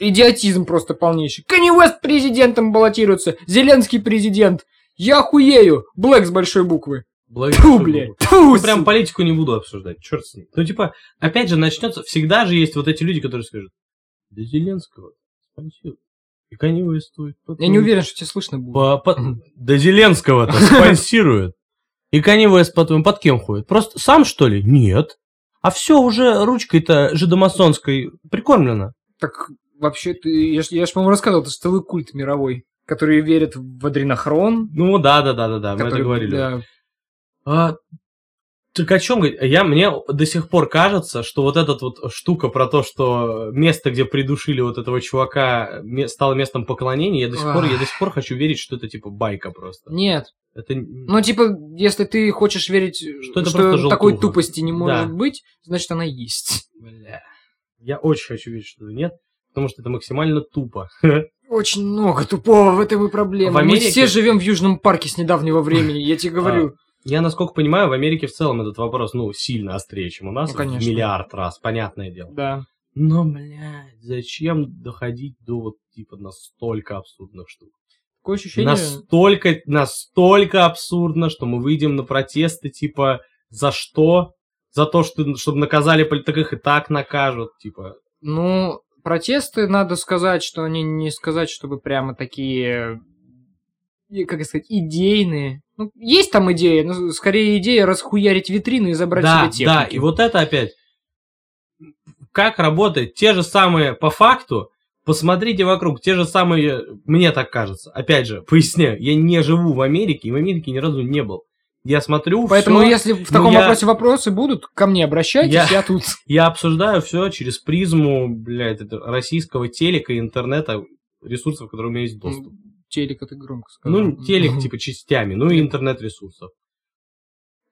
S1: Идиотизм просто полнейший. Канни Уэст президентом баллотируется, Зеленский президент. Я охуею. Блэк с большой буквы.
S2: Благодарю,
S1: Ту,
S2: что
S1: блядь,
S2: было.
S1: ту,
S2: Ну, прям
S1: сука.
S2: политику не буду обсуждать, черт с ним. Ну, типа, опять же, начнется, всегда же есть вот эти люди, которые скажут, для Зеленского спонсируют. И Канье Уэст стоит.
S1: Я не уверен, что тебя слышно будет.
S2: По-
S1: *laughs*
S2: по- До Зеленского-то спонсируют. И Канье Уэст потом под кем ходит? Просто сам, что ли? Нет. А все уже ручкой-то жидомасонской прикормлено.
S1: Так вообще, ты, я, ж- я ж, по-моему, рассказывал, это же целый культ мировой, который верит в адренохрон.
S2: Ну да, да, да, да, да, мы это
S1: который-
S2: говорили.
S1: да.
S2: А, так о чем говорить? Я, мне до сих пор кажется, что вот эта вот штука про то, что место, где придушили вот этого чувака, ме- стало местом поклонения, я до сих пор, я до сих пор хочу верить, что это типа байка просто.
S1: Нет,
S2: Это... н-
S1: Ну, типа, если ты хочешь верить, что,
S2: это просто
S1: такой
S2: желтуха.
S1: тупости не может
S2: Да.
S1: быть, значит, она есть.
S2: Бля. Я очень хочу верить, что этого нет, потому что это максимально тупо.
S1: Очень много тупого в этом и проблема.
S2: В
S1: Мы
S2: Америке- А,
S1: все живем в Южном парке с недавнего времени, я
S2: *laughs*
S1: тебе говорю.
S2: Я, насколько понимаю, в Америке в целом этот вопрос, ну, сильно острее, чем у нас.
S1: Ну,
S2: в
S1: конечно.
S2: миллиард раз, понятное дело.
S1: Да.
S2: Но, блядь, зачем доходить до вот типа настолько абсурдных штук?
S1: Такое ощущение...
S2: Настолько, настолько абсурдно, что мы выйдем на протесты, типа, за что? За то, что, чтобы наказали, поли- так их и так накажут, типа.
S1: Ну, протесты, надо сказать, что они не сказать, чтобы прямо такие, и, как сказать, идейные. Ну, есть там идея, но скорее идея расхуярить витрины и забрать
S2: да,
S1: себе технику.
S2: да, и вот это опять. Как работает? Те же самые, по факту, посмотрите вокруг, те же самые, мне так кажется. Опять же, поясняю, я не живу в Америке, и в Америке ни разу не был. Я смотрю
S1: Поэтому,
S2: всё- Ну,
S1: если в таком
S2: я-
S1: вопросе вопросы будут, ко мне обращайтесь,
S2: Я-
S1: я тут.
S2: Я обсуждаю все через призму, блядь, это российского телека, интернета, ресурсов, которые у меня есть доступ.
S1: М, Ну, Телек это громко сказал.
S2: Ну, телек типа частями, ну и интернет-ресурсов.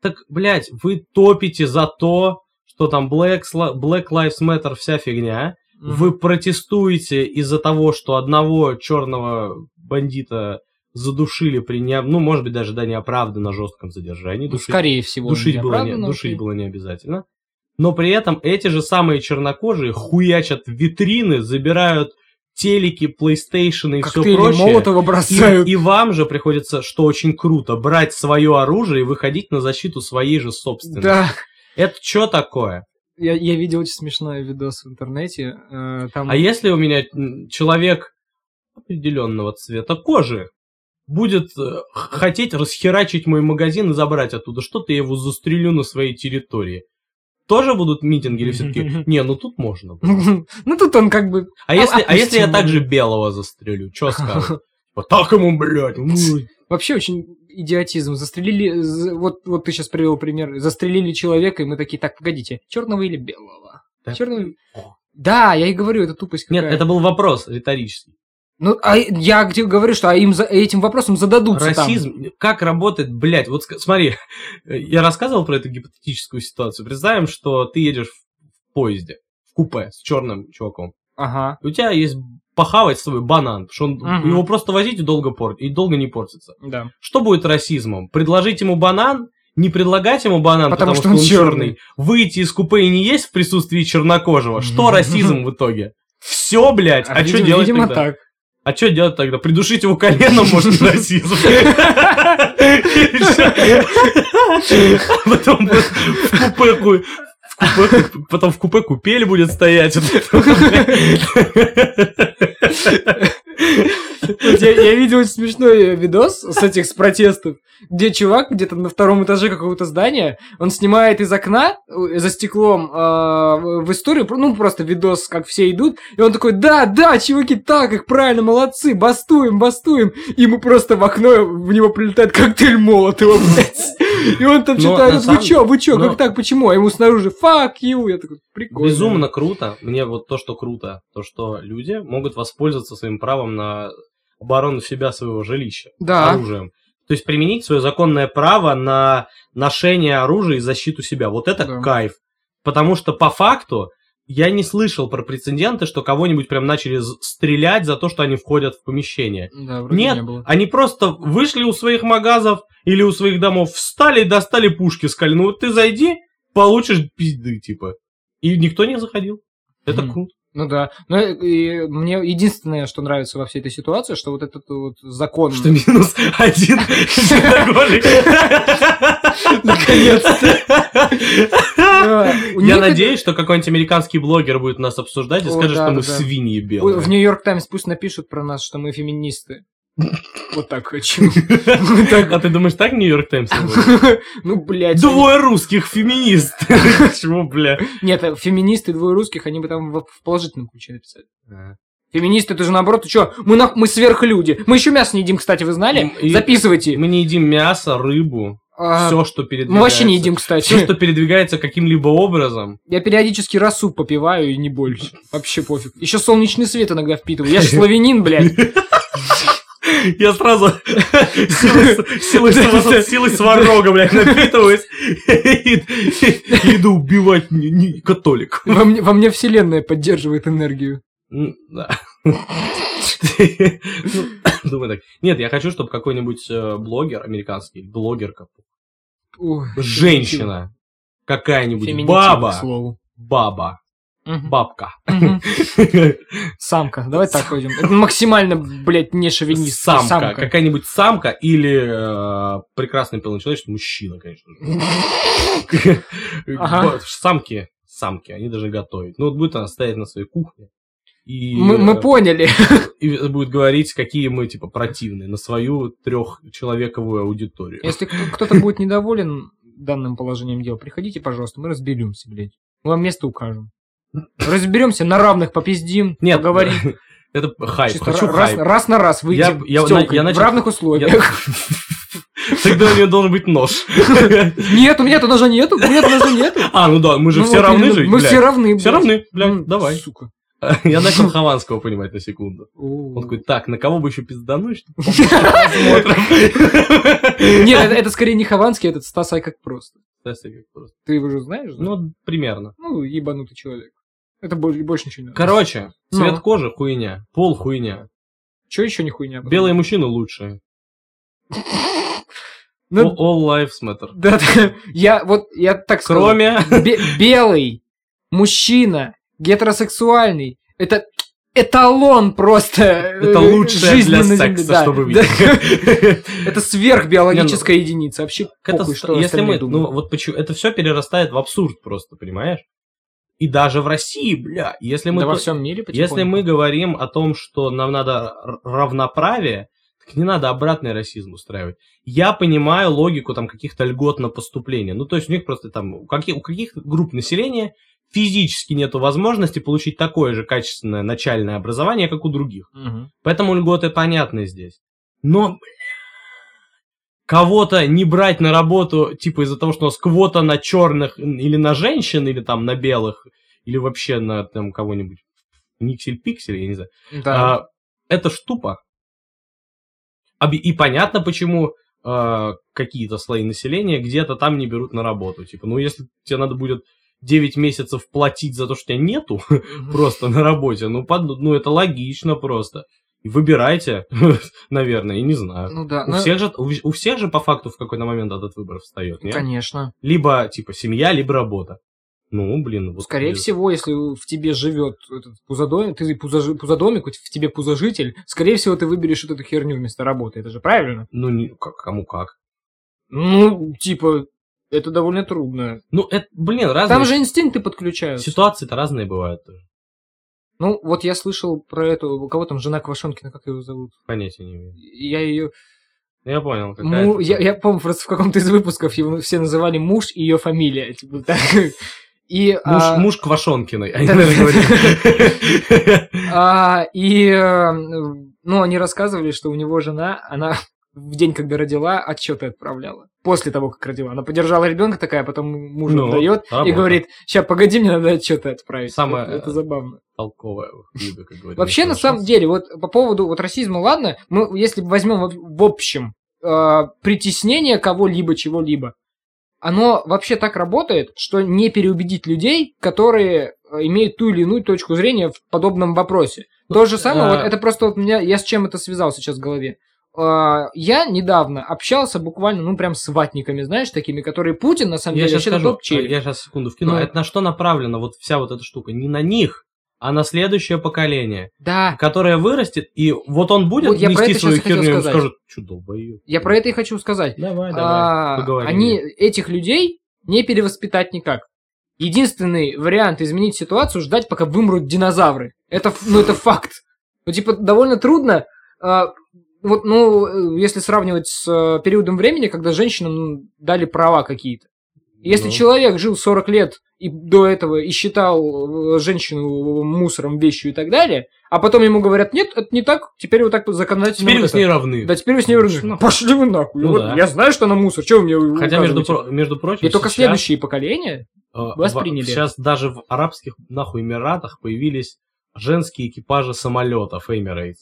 S2: Так, блядь, вы топите за то, что там Black, Sla- Black Lives Matter вся фигня.
S1: Мгм.
S2: Вы протестуете из-за того, что одного черного бандита задушили при не... Ну, может быть, даже да, неоправданно жестком задержании.
S1: Ну,
S2: Душить-
S1: Скорее всего.
S2: душить,
S1: меня,
S2: было
S1: правда,
S2: не,
S1: но
S2: душить
S1: окей.
S2: было не обязательно. Но при этом эти же самые чернокожие хуячат витрины, забирают телеки, PlayStation и все
S1: Коктейли
S2: прочее.
S1: Молотова
S2: И-
S1: бросают.
S2: И, вам же приходится, что очень круто, брать свое оружие и выходить на защиту своей же собственной.
S1: Да.
S2: Это что такое?
S1: Я, я видел очень смешной видос в интернете. э, Там...
S2: А если у меня м, человек определенного цвета кожи будет э, х- хотеть расхерачить мой магазин и забрать оттуда что-то, я его застрелю на своей территории. Тоже будут митинги или все-таки?
S1: *laughs*
S2: Не, ну тут можно. было».
S1: *laughs* Ну, тут он как бы...
S2: А если, а если я
S1: Опустим.
S2: также белого застрелю, что
S1: *laughs*
S2: скажут? Вот так ему, блядь. м,
S1: Вообще очень идиотизм. Застрелили... з- Вот, вот ты сейчас привел пример. Застрелили человека, и мы такие, так, погодите, черного или белого?
S2: Да.
S1: Черного... Да, я и говорю, это тупость
S2: Нет,
S1: какая.
S2: это был вопрос риторический.
S1: Ну, а я тебе говорю, что а им за... этим вопросом зададутся там.
S2: Расизм, как работает, блядь, вот ск- смотри, *laughs* я рассказывал про эту гипотетическую ситуацию. Представим, что ты едешь в поезде, в купе с черным чуваком.
S1: Ага.
S2: И У тебя есть похавать свой банан, потому что он-
S1: Мгм.
S2: его просто возить и долго, пор- и долго не портится.
S1: Да.
S2: Что будет расизмом? Предложить ему банан, не предлагать ему банан,
S1: Потому
S2: потому,
S1: что
S2: что,
S1: он
S2: он черный.
S1: чёрный.
S2: выйти из купе и не есть в присутствии
S1: *laughs*
S2: чернокожего. Что расизм в итоге? Все, блядь, а, что
S1: видим-
S2: делать
S1: Видимо,
S2: тогда?
S1: так.
S2: А что делать тогда? Придушить его коленом, может, не расизм. И всё. А Потом будет в купе ку- в купе ку- Потом в купе купель будет стоять.
S1: Вот Я, я видел очень смешной э, видос с этих с протестов, где чувак где-то на втором этаже какого-то здания, он снимает из окна э, за стеклом э, в историю, ну просто видос, как все идут, и он такой, да, да, чуваки, так, их правильно, молодцы, бастуем, бастуем, и ему просто в окно в него прилетает коктейль молотого, блядь. И он там
S2: Но
S1: читает,
S2: на
S1: вы
S2: самом
S1: чё, вы чё,
S2: но-
S1: как так, почему? А ему снаружи, fuck you, я такой, прикольно.
S2: Безумно круто. Мне вот то, что круто, то, что люди могут воспользоваться своим правом на оборону себя своего жилища
S1: Да.
S2: оружием. То есть применить свое законное право на ношение оружия и защиту себя. Вот это
S1: Да.
S2: кайф. Потому что по факту я не слышал про прецеденты, что кого-нибудь прям начали з- стрелять за то, что они входят в помещение.
S1: Да, вроде
S2: Нет.
S1: не было.
S2: Они просто вышли у своих магазов или у своих домов, встали и достали пушки, сказали, ну вот ты зайди, получишь пизды, типа. И никто не заходил. Это
S1: Мгм.
S2: круто.
S1: Ну да. Но и мне единственное, что нравится во всей этой ситуации, что вот этот вот закон... э,
S2: Что минус один Наконец-то.
S1: Да, у
S2: Я
S1: некогда-
S2: надеюсь, что какой-нибудь американский блогер будет нас обсуждать и
S1: О,
S2: скажет,
S1: да,
S2: что мы
S1: да, да.
S2: свиньи
S1: У-
S2: белые.
S1: В Нью-Йорк Таймс пусть напишут про нас, что мы
S2: *laughs*
S1: феминисты. Вот так хочу. Вот так.
S2: А ты думаешь, так Нью-Йорк
S1: *laughs*
S2: Таймс? называют?
S1: Ну, блядь.
S2: Двое русских феминист.
S1: *laughs*
S2: Чего, бля?
S1: они- Нет, а феминисты двое русских, они бы там в в положительном ключе написали. Феминисты, это же наоборот, ты чё, мы, нах- мы сверхлюди. Мы еще мясо не едим, кстати, вы знали?
S2: И- Ну,
S1: Записывайте.
S2: Мы не едим мясо, рыбу,
S1: А,
S2: все, что передвигается.
S1: Мы вообще не едим, кстати.
S2: Все, что передвигается каким-либо образом.
S1: Я периодически росу попиваю и не больше. Вообще пофиг. Еще солнечный свет иногда впитываю. Я же славянин, блядь.
S2: Я сразу силой- силой сва- силой сварога, блядь, напитываюсь и и иду убивать не- не- католик.
S1: Во мне, во мне вселенная поддерживает энергию.
S2: М, Да. Ну, Думаю так. Нет, я хочу, чтобы какой-нибудь э, блогер американский, блогерка,
S1: Ой,
S2: женщина, какая-нибудь
S1: феминитив,
S2: баба,
S1: к слову.
S2: баба,
S1: Мгм.
S2: бабка,
S1: Мгм. Самка. Давай так ходим. Это максимально, блядь, не шовинист. а
S2: самка, какая-нибудь самка или э, прекрасный полный человек, мужчина, конечно же.
S1: *laughs* Ага.
S2: Бо- Самки, самки, они должны готовить. Ну вот будет она стоять на своей кухне. И,
S1: Мы, мы
S2: э,
S1: поняли. *laughs*
S2: и будет говорить, какие мы типа противные на свою трехчеловековую аудиторию.
S1: Если кто- кто-то будет недоволен данным положением дел, приходите, пожалуйста, мы разберемся, блядь. Мы вам место укажем. Разберемся на равных, попиздим,
S2: Нет,
S1: поговорим.
S2: *laughs* это хайп.
S1: Чисто
S2: Хочу
S1: ра- раз,
S2: хайп.
S1: раз на раз выйдем
S2: Я- я
S1: с
S2: на-
S1: тёлкой
S2: я
S1: в
S2: начал-
S1: равных
S2: Я-
S1: условиях.
S2: *laughs* Тогда у нее должен быть нож. *laughs*
S1: Нет, у меня-то ножа нету, у меня-то ножа нету.
S2: А, ну да, мы же
S1: Ну
S2: все
S1: вот
S2: равны
S1: именно,
S2: же.
S1: Мы
S2: блядь.
S1: все равны,
S2: Все
S1: блядь.
S2: равны, блядь,
S1: М,
S2: давай.
S1: Сука.
S2: *laughs* Я начал Хованского понимать на секунду. Он такой,
S1: *laughs*
S2: так, на кого бы еще пиздануть, чтобы побольше
S1: *laughs*
S2: просмотров?» *laughs*
S1: Нет, это, это скорее не Хованский, этот Стас Айкак просто.
S2: Сейчас я как просто.
S1: Ты его же знаешь? да?
S2: Ну, примерно.
S1: Ну, ебанутый человек. Это больше, больше ничего не надо.
S2: Короче,
S1: Ну.
S2: цвет кожи хуйня, пол хуйня.
S1: Че еще не хуйня? была?
S2: Белые мужчины лучшие.
S1: Ну,
S2: All all lives matter.
S1: да, да. Я вот, я так сказал. *laughs*
S2: Кроме... *laughs*
S1: Бе- белый мужчина, гетеросексуальный, это эталон просто. э,
S2: Это лучшее
S1: жизни
S2: для
S1: на Земле,
S2: секса,
S1: да, *laughs*
S2: чтобы
S1: да.
S2: видеть.
S1: Это сверхбиологическая единица. Вообще,
S2: *laughs* Это
S1: похуй,
S2: ст-
S1: что
S2: ну, если
S1: остальные
S2: мы,
S1: думают.
S2: ну вот почему, это все перерастает в абсурд просто, понимаешь? И даже в России, бля, если мы,
S1: да во
S2: то-
S1: всем мире потихоньку.
S2: если мы говорим о том, что нам надо р- равноправие, так не надо обратный расизм устраивать. Я понимаю логику там каких-то льгот на поступление. Ну то есть у них просто там у каких у каких групп населения физически нету возможности получить такое же качественное начальное образование, как у других.
S1: Мгм.
S2: Поэтому льготы понятны здесь. Но, бля, кого-то не брать на работу, типа из-за того, что у нас квота на черных или на женщин, или там на белых, или вообще на там кого-нибудь никсель-пиксель, я не знаю.
S1: Да.
S2: А, это ж тупо. Объ- И понятно, почему а, какие-то слои населения где-то там не берут на работу. Типа, ну если тебе надо будет 9 месяцев платить за то, что тебя нету, *laughs* просто на работе. Ну, под- ну это логично просто. И Выбирайте, *laughs* наверное, я не знаю.
S1: Ну да.
S2: У
S1: ну,
S2: всех, же, у, у всех же по факту в какой-то момент этот выбор встает, нет?
S1: Ну, Конечно.
S2: Либо, типа, семья, либо работа. Ну, блин, вот...
S1: Скорее
S2: без-
S1: всего, если в тебе живет этот пузодомик, ты пузажи- пузодомик, вот в тебе пузожитель, скорее всего, ты выберешь вот эту херню вместо работы. Это же правильно?
S2: Ну, не- как, кому как.
S1: Ну, типа, это довольно трудно.
S2: Ну, это, блин, разные...
S1: Там же инстинкты подключаются.
S2: Ситуации-то разные бывают тоже.
S1: Ну, вот я слышал про эту... У кого там жена Квашонкина, как ее зовут?
S2: Понятия не имею. Ну,
S1: Я ее...
S2: Я понял, какая
S1: Му...
S2: это-
S1: Я, я помню, просто в каком-то из выпусков его все называли муж и ее фамилия. Типа, так. *laughs* И,
S2: Муж,
S1: а,
S2: муж Квашонкиной, они,
S1: Да.
S2: наверное,
S1: *laughs*
S2: говорили.
S1: а, и, э, ну, они рассказывали, что у него жена, она в день, когда родила, отчеты отправляла. После того, как родила. Она подержала ребенка такая, а потом мужу
S2: Ну,
S1: дает и
S2: работа.
S1: говорит, сейчас, погоди, мне надо отчеты отправить.
S2: Самое-
S1: Это, это забавно.
S2: толковая в клубе, как говорится.
S1: Вообще, на самом деле, вот по поводу вот расизма, ладно, мы если возьмем в- в общем э, притеснение кого-либо, чего-либо, оно вообще так работает, что не переубедить людей, которые э, имеют ту или иную точку зрения в подобном вопросе. То же самое,
S2: да.
S1: вот это просто вот меня, я с чем это связал сейчас в голове. Э, Я недавно общался буквально, ну, прям с ватниками, знаешь, такими, которые Путин, на самом
S2: Я
S1: деле,
S2: сейчас
S1: вообще
S2: скажу, А,
S1: топ-челюсть.
S2: я сейчас секунду вкину.
S1: Ну.
S2: Это на что направлена вот вся вот эта штука? Не на них, а на следующее поколение,
S1: Да,
S2: которое вырастет, и вот он будет
S1: Вот я про
S2: нести
S1: это
S2: свою
S1: щас и хотел
S2: херню, ему
S1: сказать.
S2: скажут, что долбоёб».
S1: я про это и хочу сказать.
S2: Давай,
S1: А,
S2: давай, поговорим.
S1: они этих людей не перевоспитать никак. Единственный вариант изменить ситуацию ждать, пока вымрут динозавры. Это, ф-
S2: *laughs*
S1: ну, это факт. Ну, типа, довольно трудно. а, вот, ну, э, если сравнивать с э, периодом времени, когда женщинам ну, дали права какие-то. Если
S2: Ну.
S1: человек жил 40 лет и до этого и считал э, женщину мусором, вещью и так далее, а потом ему говорят, нет, это не так, теперь вот так вот законодательно... вот
S2: Теперь вы с
S1: это».
S2: ней равны.
S1: Да теперь вы с ней
S2: Пошли
S1: уже- *laughs*
S2: нахуй.
S1: Пошли вы нахуй.
S2: Ну
S1: Вот
S2: да.
S1: Я знаю, что она мусор. Чего вы мне
S2: Хотя, между,
S1: указываете?
S2: про- между прочим,
S1: Ну, И только
S2: сейчас,
S1: следующие
S2: *laughs*
S1: поколения.
S2: э,
S1: восприняли.
S2: сейчас даже в арабских, нахуй, Эмиратах появились женские экипажи самолетов Emirates.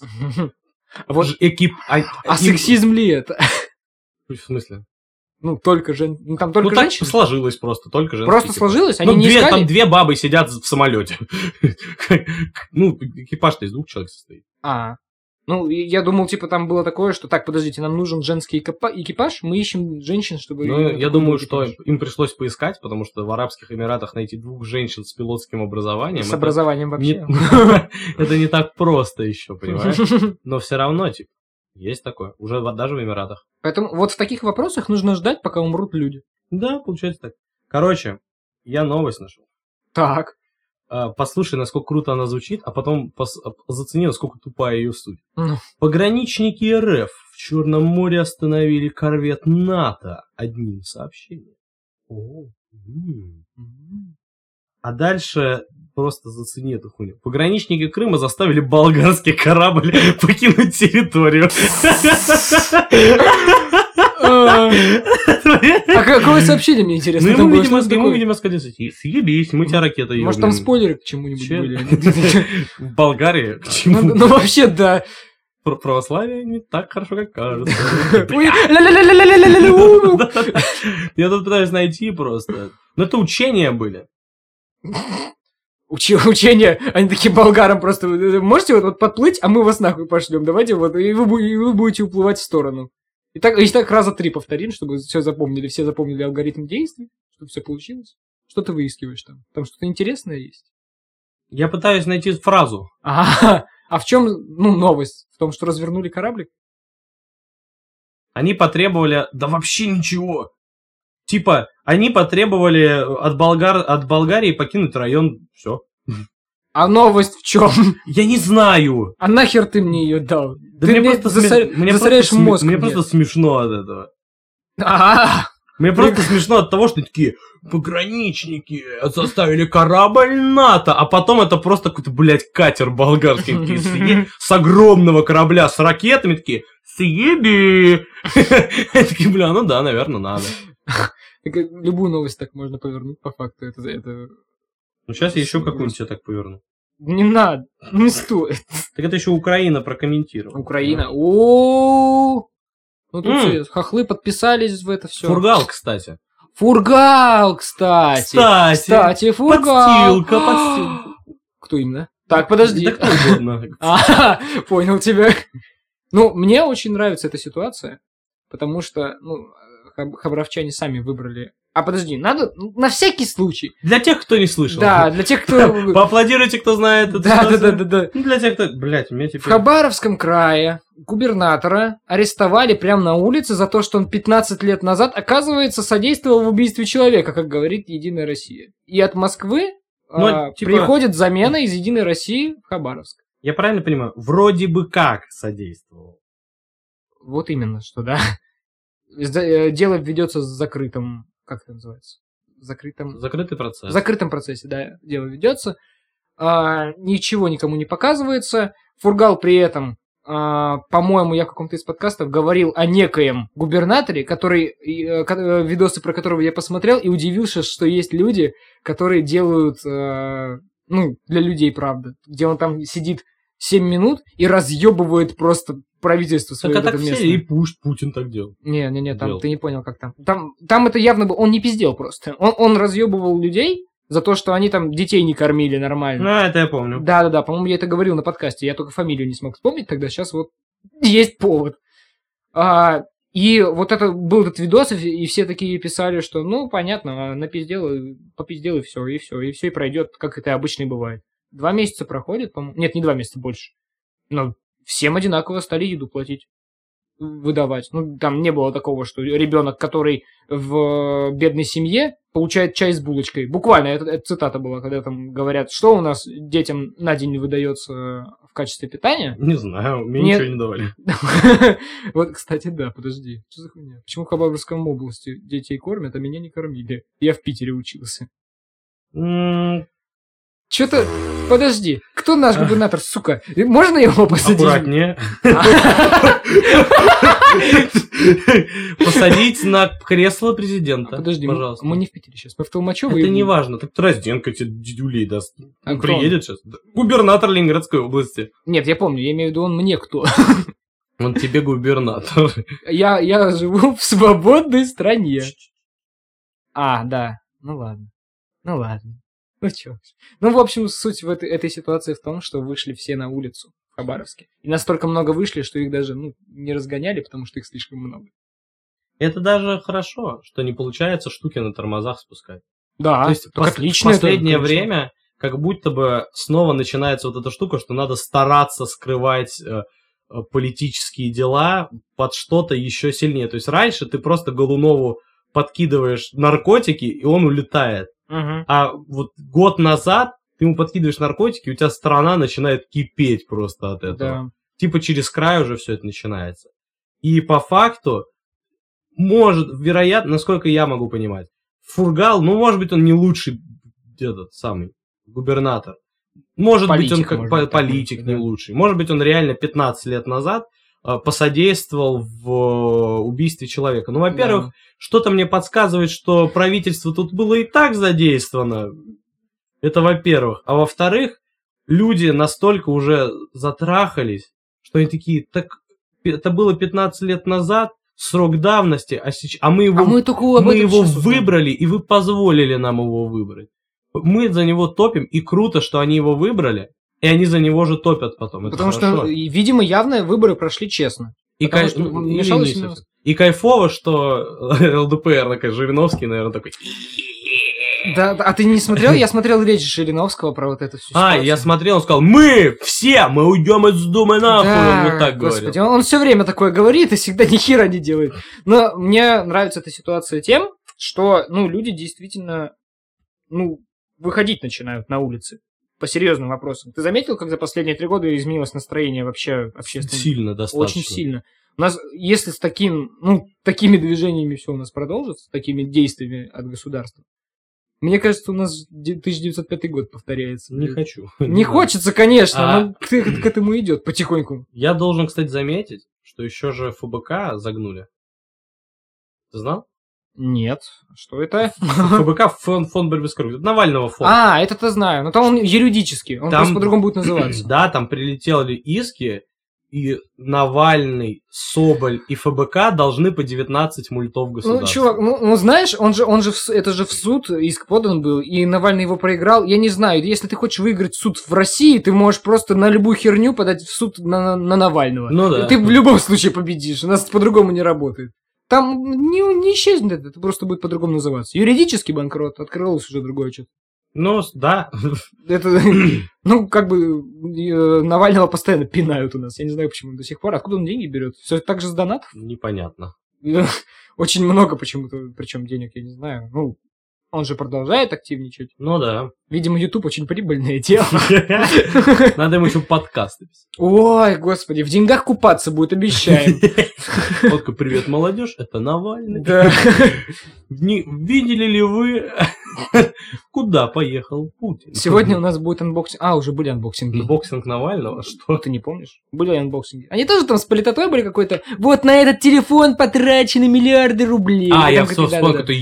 S1: Вот.
S2: Ж- экип- а-
S1: А
S2: им-
S1: сексизм ли это? *laughs*
S2: В смысле?
S1: Ну, только жен... Ну, там
S2: Ну,
S1: только
S2: так
S1: женщины.
S2: сложилось просто, только женские
S1: Просто
S2: экипажи.
S1: сложилось,
S2: Ну,
S1: они не
S2: две-
S1: искали...
S2: там две бабы сидят в самолете. *laughs* Ну, экипаж-то из двух человек состоит.
S1: А, ну, и я думал, типа, там было такое, что так, подождите, нам нужен женский экипа- экипаж, мы ищем женщин, чтобы...
S2: Ну,
S1: такой
S2: я думаю,
S1: был
S2: что
S1: экипаж.
S2: им пришлось поискать, потому что в Арабских Эмиратах найти двух женщин с пилотским образованием...
S1: С
S2: это
S1: образованием
S2: не- *laughs*
S1: вообще.
S2: Это не так просто еще, понимаешь?
S1: *laughs*
S2: Но все равно, типа, есть такое. Уже в- даже в Эмиратах.
S1: Поэтому вот в таких вопросах нужно ждать, пока умрут люди.
S2: Да, получается так. Короче, я новость нашел. *laughs*
S1: Так.
S2: А, Послушай, насколько круто она звучит, а потом пос- а, зацени, насколько тупая ее суть.
S1: Ну.
S2: Пограничники РФ в Черном море остановили корвет НАТО одним сообщением. О, м. А дальше просто зацени эту хуйню. Пограничники Крыма заставили болгарский корабль *laughs* покинуть территорию.
S1: А какое сообщение мне
S2: Ну,
S1: интересно?
S2: ему,
S1: там было?
S2: видимо,
S1: Что это
S2: ему,
S1: такое?
S2: видимо, сказали, съебись, мы тебя ракетой
S1: Может,
S2: ёбнем».
S1: там спойлеры к чему-нибудь
S2: Че?
S1: были?
S2: В Болгарии к
S1: Ну,
S2: чему? *laughs*
S1: ну, вообще, да.
S2: Пр- Православие не так хорошо, как кажется.
S1: *laughs*
S2: *laughs*
S1: Ой, ля-ля-ля-ля-ля-ля-ля-ля, у.
S2: Да-да-да. Я тут пытаюсь найти просто. Ну, это учения были.
S1: Учи- Учение, они такие болгарам просто, «Вы можете вот, вот подплыть, а мы вас нахуй пошлем, давайте вот, и вы, бу- и вы будете уплывать в сторону. И так, и так раза три повторим, чтобы все запомнили, все запомнили алгоритм действий, чтобы все получилось. Что ты выискиваешь там? Там что-то интересное есть?
S2: Я пытаюсь найти фразу.
S1: Ага, а в чем, ну, новость? В том, что развернули кораблик?
S2: Они потребовали... Да вообще ничего. Типа, они потребовали от, болгар... от Болгарии покинуть район. Все.
S1: А новость в чем?
S2: Я не знаю.
S1: А нахер ты мне ее дал?
S2: Да
S1: Ты
S2: мне
S1: мне
S2: просто
S1: засор-
S2: сме- мне
S1: засоряешь
S2: просто сме-
S1: мозг
S2: Мне
S1: мне.
S2: просто смешно от этого.
S1: А,
S2: Мне просто смешно от того, что такие пограничники заставили корабль НАТО, а потом это просто какой-то, блядь, катер болгарский такие, съе- с огромного корабля с ракетами такие «Съеби!» Я такие, бля, ну да, наверное, надо.
S1: так, э, Любую новость так можно повернуть, по факту. Это, это...
S2: Ну сейчас я еще какую-нибудь я так поверну.
S1: Не надо, не стоит.
S2: Так это еще Украина прокомментировала.
S1: Украина. О, Ну тут
S2: М.
S1: всё, хохлы подписались в это все.
S2: Фургал, кстати.
S1: Фургал, кстати.
S2: Кстати.
S1: Кстати, фургал.
S2: Подстилка, подстилка.
S1: Кто именно? Так, подожди. *laughs*
S2: Да кто угодно.
S1: А, понял тебя. Ну, мне очень нравится эта ситуация, потому что, ну, хаб- хабаровчане сами выбрали. А подожди, надо ну, на всякий случай.
S2: Для тех, кто не слышал.
S1: Да, для тех, кто...
S2: *laughs* Поаплодируйте, кто знает. эту
S1: Да, да,
S2: ситуацию.
S1: да, да, да.
S2: Ну, для тех, кто... Блядь, у меня
S1: В
S2: теперь...
S1: Хабаровском крае губернатора арестовали прямо на улице за то, что он 15 лет назад, оказывается, содействовал в убийстве человека, как говорит Единая Россия. И от Москвы
S2: Ну,
S1: а,
S2: типа-
S1: приходит замена из Единой России в Хабаровск.
S2: Я правильно понимаю? Вроде бы как содействовал.
S1: Вот именно, что да. За- э, Дело ведется с закрытым, как это называется? Закрытым.
S2: Закрытый
S1: В
S2: процесс.
S1: закрытом процессе, да, дело ведется. А, ничего никому не показывается. Фургал при этом, а, по-моему, я в каком-то из подкастов говорил о некоем губернаторе, который, и, э, ко- э, видосы про которого я посмотрел, и удивился, что есть люди, которые делают, э, ну, для людей, правда, где он там сидит 7 минут и разъебывает просто правительство
S2: Так
S1: свое
S2: а
S1: вот
S2: так
S1: это
S2: все
S1: местное.
S2: и пусть Путин так делал.
S1: Не, не, не, там
S2: делал.
S1: ты не понял, как там. Там, там это явно был, он не пиздел просто. Он, он разъебывал людей за то, что они там детей не кормили нормально.
S2: А, это я помню.
S1: Да, да, да, по-моему, я это говорил на подкасте. Я только фамилию не смог вспомнить, тогда сейчас вот есть повод. А, и вот это был этот видос, и все- и все такие писали, что ну понятно, а напиздел, и- попиздел, и все, и все, и все и пройдет, как это обычно и бывает. Два месяца проходит, по-моему. Нет, не два месяца больше. Но всем одинаково стали еду платить выдавать. Ну, там не было такого, что ребенок, который в э, бедной семье, получает чай с булочкой. Буквально, это, это цитата была, когда там говорят, что у нас детям на день выдается в качестве питания. *laughs*
S2: Не знаю, мне
S1: Нет.
S2: ничего не давали.
S1: Вот, кстати, да, подожди. Что за хуйня? Почему в Хабаровской области детей кормят, а меня не кормили? Я в Питере учился.
S2: М,
S1: Что-то... Подожди. Кто наш губернатор, сука? Можно его посадить?
S2: Аккуратнее.
S1: *laughs*
S2: *laughs* Посадить на кресло президента.
S1: А Ну, Подожди, мы-
S2: пожалуйста.
S1: мы не в Питере сейчас. Мы в Толмачево.
S2: Это
S1: и-
S2: не важно. Так Дрозденко тебе дедюлей даст.
S1: А
S2: Он
S1: кто он?
S2: приедет сейчас. Губернатор Ленинградской области.
S1: Нет, я помню, я имею в виду, он мне кто. *laughs*
S2: Он тебе губернатор.
S1: Я, я живу в свободной стране. А, да. Ну ладно. Ну ладно. Ну чё. ж. Ну, в общем, суть в этой, этой ситуации в том, что вышли все на улицу в Хабаровске. И настолько много вышли, что их даже ну, не разгоняли, потому что их слишком много.
S2: Это даже хорошо, что не получается штуки на тормозах спускать.
S1: Да,
S2: То есть
S1: А? так
S2: пос-
S1: отлично. это,
S2: последнее
S1: конечно.
S2: время как будто бы снова начинается вот эта штука, что надо стараться скрывать э, э, политические дела под что-то еще сильнее. То есть раньше ты просто Голунову подкидываешь наркотики, и он улетает.
S1: Мгм.
S2: А вот год назад ты ему подкидываешь наркотики, и у тебя страна начинает кипеть просто от этого
S1: Да.
S2: типа через край уже все это начинается. И по факту, может, вероятно, насколько я могу понимать, Фургал, ну, может быть, он не лучший этот самый губернатор. Может быть, он
S1: Политик,
S2: как
S1: может
S2: по-
S1: быть, такой,
S2: политик не
S1: да.
S2: лучший. Может быть, он реально 15 лет назад а, посодействовал в э, убийстве человека. Ну, во-первых,
S1: Да.
S2: что-то мне подсказывает, что правительство тут было и так задействовано. Это во-первых. А во-вторых, люди настолько уже затрахались, что они такие, так пи- это было 15 лет назад, срок давности, а, сейчас, а мы его,
S1: А мы только об
S2: мы
S1: этом
S2: его
S1: щас узнаем.
S2: выбрали, и вы позволили нам его выбрать. Мы за него топим, и круто, что они его выбрали, и они за него же топят потом. Это
S1: Потому что,
S2: хорошо.
S1: и, видимо, явно выборы прошли честно.
S2: И,
S1: Потому
S2: кай-
S1: что
S2: ну,
S1: мешало
S2: не
S1: очень
S2: совсем.
S1: много.
S2: И кайфово, что *laughs* ЛДПР, такая, Жириновский, наверное, такой.
S1: Да, да, а ты не смотрел? Я смотрел речь Жириновского про вот это все.
S2: А, я смотрел, он сказал, мы все, мы уйдем из Думы нахуй, он вот так
S1: господи,
S2: говорил.
S1: он, все время такое говорит и всегда *laughs* ни хера не делает. Но мне нравится эта ситуация тем, что, ну, люди действительно, ну, выходить начинают на улицы по серьезным вопросам. Ты заметил, как за последние три года изменилось настроение вообще общественное?
S2: Сильно достаточно.
S1: Очень сильно. У нас, если с таким, ну, такими движениями все у нас продолжится, с такими действиями от государства, мне кажется, у нас де- 1905 год повторяется.
S2: Не хочу.
S1: Не
S2: хочешь?
S1: хочется, конечно,
S2: А.
S1: но к, к этому идет потихоньку.
S2: Я должен, кстати, заметить, что еще же ФБК загнули. Ты знал?
S1: Нет, что это?
S2: ФБК фон, фон борьбы с коррупцией. Это Навального фонда.
S1: А, это-то знаю, но там он юридически, он
S2: Там-
S1: просто по-другому будет
S2: *clears throat*
S1: называться.
S2: Да, там прилетели иски, и Навальный, Соболь и ФБК должны по 19 мультов
S1: Ну,
S2: государства.
S1: чувак, ну, ну, знаешь, он же, он же, в с- это же в суд иск подан был, и Навальный его проиграл. Я не знаю, если ты хочешь выиграть суд в России, ты можешь просто на любую херню подать в суд на, на- на Навального.
S2: Ну да.
S1: Ты в любом случае победишь, у нас по-другому не работает. Там не, не исчезнет это, это просто будет по-другому называться. Юридический банкрот, открылось уже другое что-то.
S2: Ну, с- да.
S1: Это, ну, как бы э, Навального постоянно пинают у нас. Я не знаю, почему до сих пор. Откуда он деньги берет? Все так же с донатов? *laughs* Э,
S2: Непонятно.
S1: Очень много почему-то, причем денег, я не знаю. Ну, он же продолжает активничать. *laughs*
S2: Ну да.
S1: Видимо, YouTube очень прибыльное *laughs* дело.
S2: Надо ему еще подкасты писать.
S1: Ой, господи, в деньгах купаться будет,
S2: *laughs*
S1: обещаем. *laughs*
S2: Он такой, привет, молодежь, это Навальный.
S1: Да.
S2: Не- видели ли вы *laughs* Куда поехал Путин?
S1: Сегодня у нас будет анбоксинг. А, уже были анбоксинги. *laughs*
S2: боксинг Навального,
S1: Ну,
S2: что?
S1: Ты не помнишь? Были анбоксинги. Они тоже там с политотой были какой-то. Вот на этот телефон потрачены миллиарды рублей.
S2: А,
S1: Там
S2: я
S1: какие-то-
S2: вспомнил,
S1: да, да, да.
S2: какой-то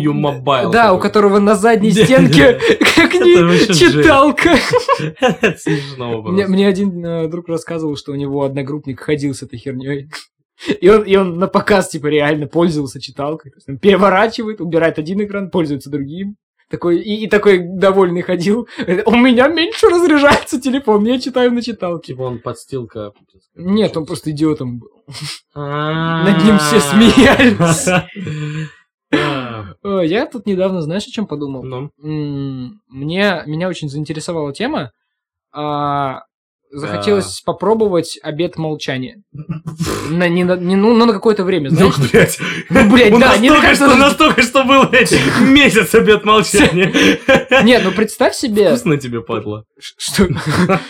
S2: Ё-мобайл.
S1: Да, у которого на задней
S2: Да,
S1: стенке *laughs* как
S2: вообще
S1: не
S2: жесть.
S1: читалка.
S2: *laughs* Это смешно
S1: Мне,
S2: просто.
S1: мне один э, друг рассказывал, что у него одногруппник ходил с этой херней. *laughs* И он, и он на показ, типа, реально пользовался читалкой. То есть он переворачивает, убирает один экран, пользуется другим. Такой, и, и такой довольный ходил. *laughs* У меня меньше разряжается телефон, я читаю на читалке.
S2: Типа он подстилка.
S1: Нет, он просто идиотом был.
S2: Над
S1: ним все *laughs*
S2: *laughs*
S1: смеялись. Э, Я тут недавно, знаешь, о чем подумал?
S2: А, Ну,
S1: М, Мне, меня очень заинтересовала тема. А, захотелось попробовать обед
S2: *laughs*
S1: молчания. На, не на- не- ну, ну, на какое-то время,
S2: ну,
S1: знаешь?
S2: блядь.
S1: Ну, блядь,
S2: У
S1: да,
S2: нас
S1: не
S2: только
S1: так,
S2: что,
S1: что-
S2: настолько, что был блядь, месяц обед молчания.
S1: *laughs* Нет, ну представь себе...
S2: Вкусно тебе, падла.
S1: Ш- Что? *laughs*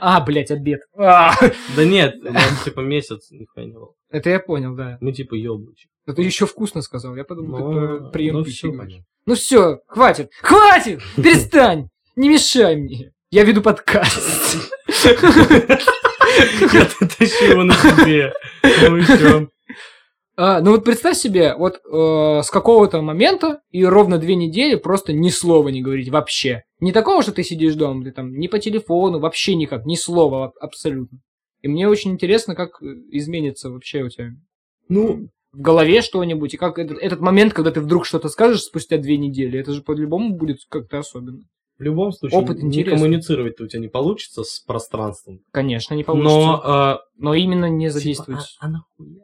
S1: А, блядь,
S2: *laughs*
S1: обед. А,
S2: Да нет, у нас типа месяц нихуя не было.
S1: Это я понял, да.
S2: Мы типа ёблочки.
S1: Но ты еще вкусно сказал. Я подумал, ты про прием
S2: ну,
S1: пищи
S2: всё
S1: говоришь.
S2: понятно.
S1: Ну все, хватит!
S2: *laughs*
S1: Хватит! Перестань! Не мешай мне! Я веду подкаст.
S2: Я тащу его на себе. Ну и всё.
S1: А, ну вот представь себе, вот э, с какого-то момента и ровно две недели просто ни слова не говорить вообще. Не такого, что ты сидишь дома, ты там ни по телефону, вообще никак, ни слова а- абсолютно. И мне очень интересно, как э, изменится вообще у тебя
S2: Ну,
S1: в голове что-нибудь, и как этот, этот момент, когда ты вдруг что-то скажешь спустя две недели, это же по-любому будет как-то особенно.
S2: в любом случае,
S1: Опыт
S2: не
S1: интересный.
S2: коммуницировать-то у тебя не получится с пространством.
S1: Конечно, не получится.
S2: Но
S1: Но,
S2: а,
S1: именно не
S2: типа,
S1: задействовать.
S2: а- а нахуя?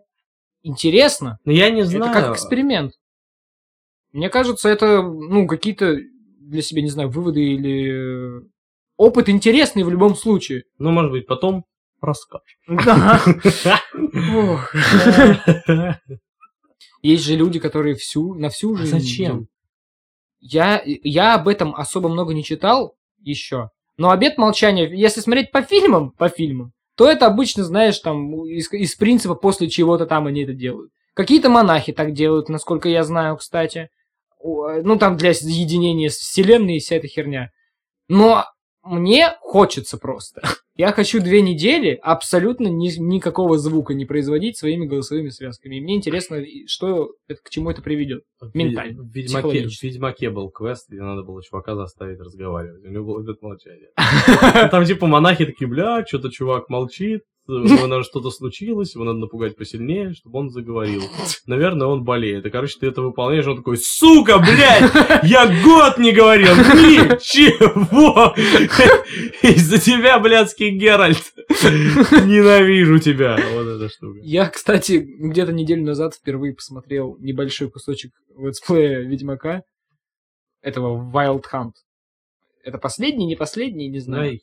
S1: Интересно.
S2: Ну, я не знаю.
S1: Это как эксперимент. Мне кажется, это, ну, какие-то для себя, не знаю, выводы или э, опыт интересный в любом случае.
S2: Ну, может быть, потом *laughs* расскажешь.
S1: Да. Ох. Есть же люди, которые всю, на всю
S2: А
S1: жизнь...
S2: Зачем?
S1: Я, я об этом особо много не читал еще. Но обед молчания, если смотреть по фильмам, по фильмам, то это обычно, знаешь, там, из, из принципа после чего-то там они это делают. Какие-то монахи так делают, насколько я знаю, кстати. О, э, Ну, там для единения с вселенной и вся эта херня. Но мне хочется просто. Я хочу две недели абсолютно ни- никакого звука не производить своими голосовыми связками. И мне интересно, и что, это- к чему это приведет.
S2: В-
S1: Ментально,
S2: В Ведьмаке, в
S1: психологически.
S2: Ведьмаке был квест, где надо было чувака заставить разговаривать. У него был
S1: *laughs*
S2: этот молчание. Там типа монахи такие, бля, что-то чувак молчит, у него, наверное, что-то случилось, его надо напугать посильнее, чтобы он заговорил. Наверное, он болеет. И, короче, ты это выполняешь, он такой, сука, блядь, я год не говорил, ничего! *laughs* Из-за тебя, блядский Геральт, ненавижу тебя. Вот эта штука.
S1: Я, кстати, где-то неделю назад впервые посмотрел небольшой кусочек летсплея Ведьмака, этого Wild Hunt. Это последний, не последний, не
S2: Да,
S1: знаю.
S2: и-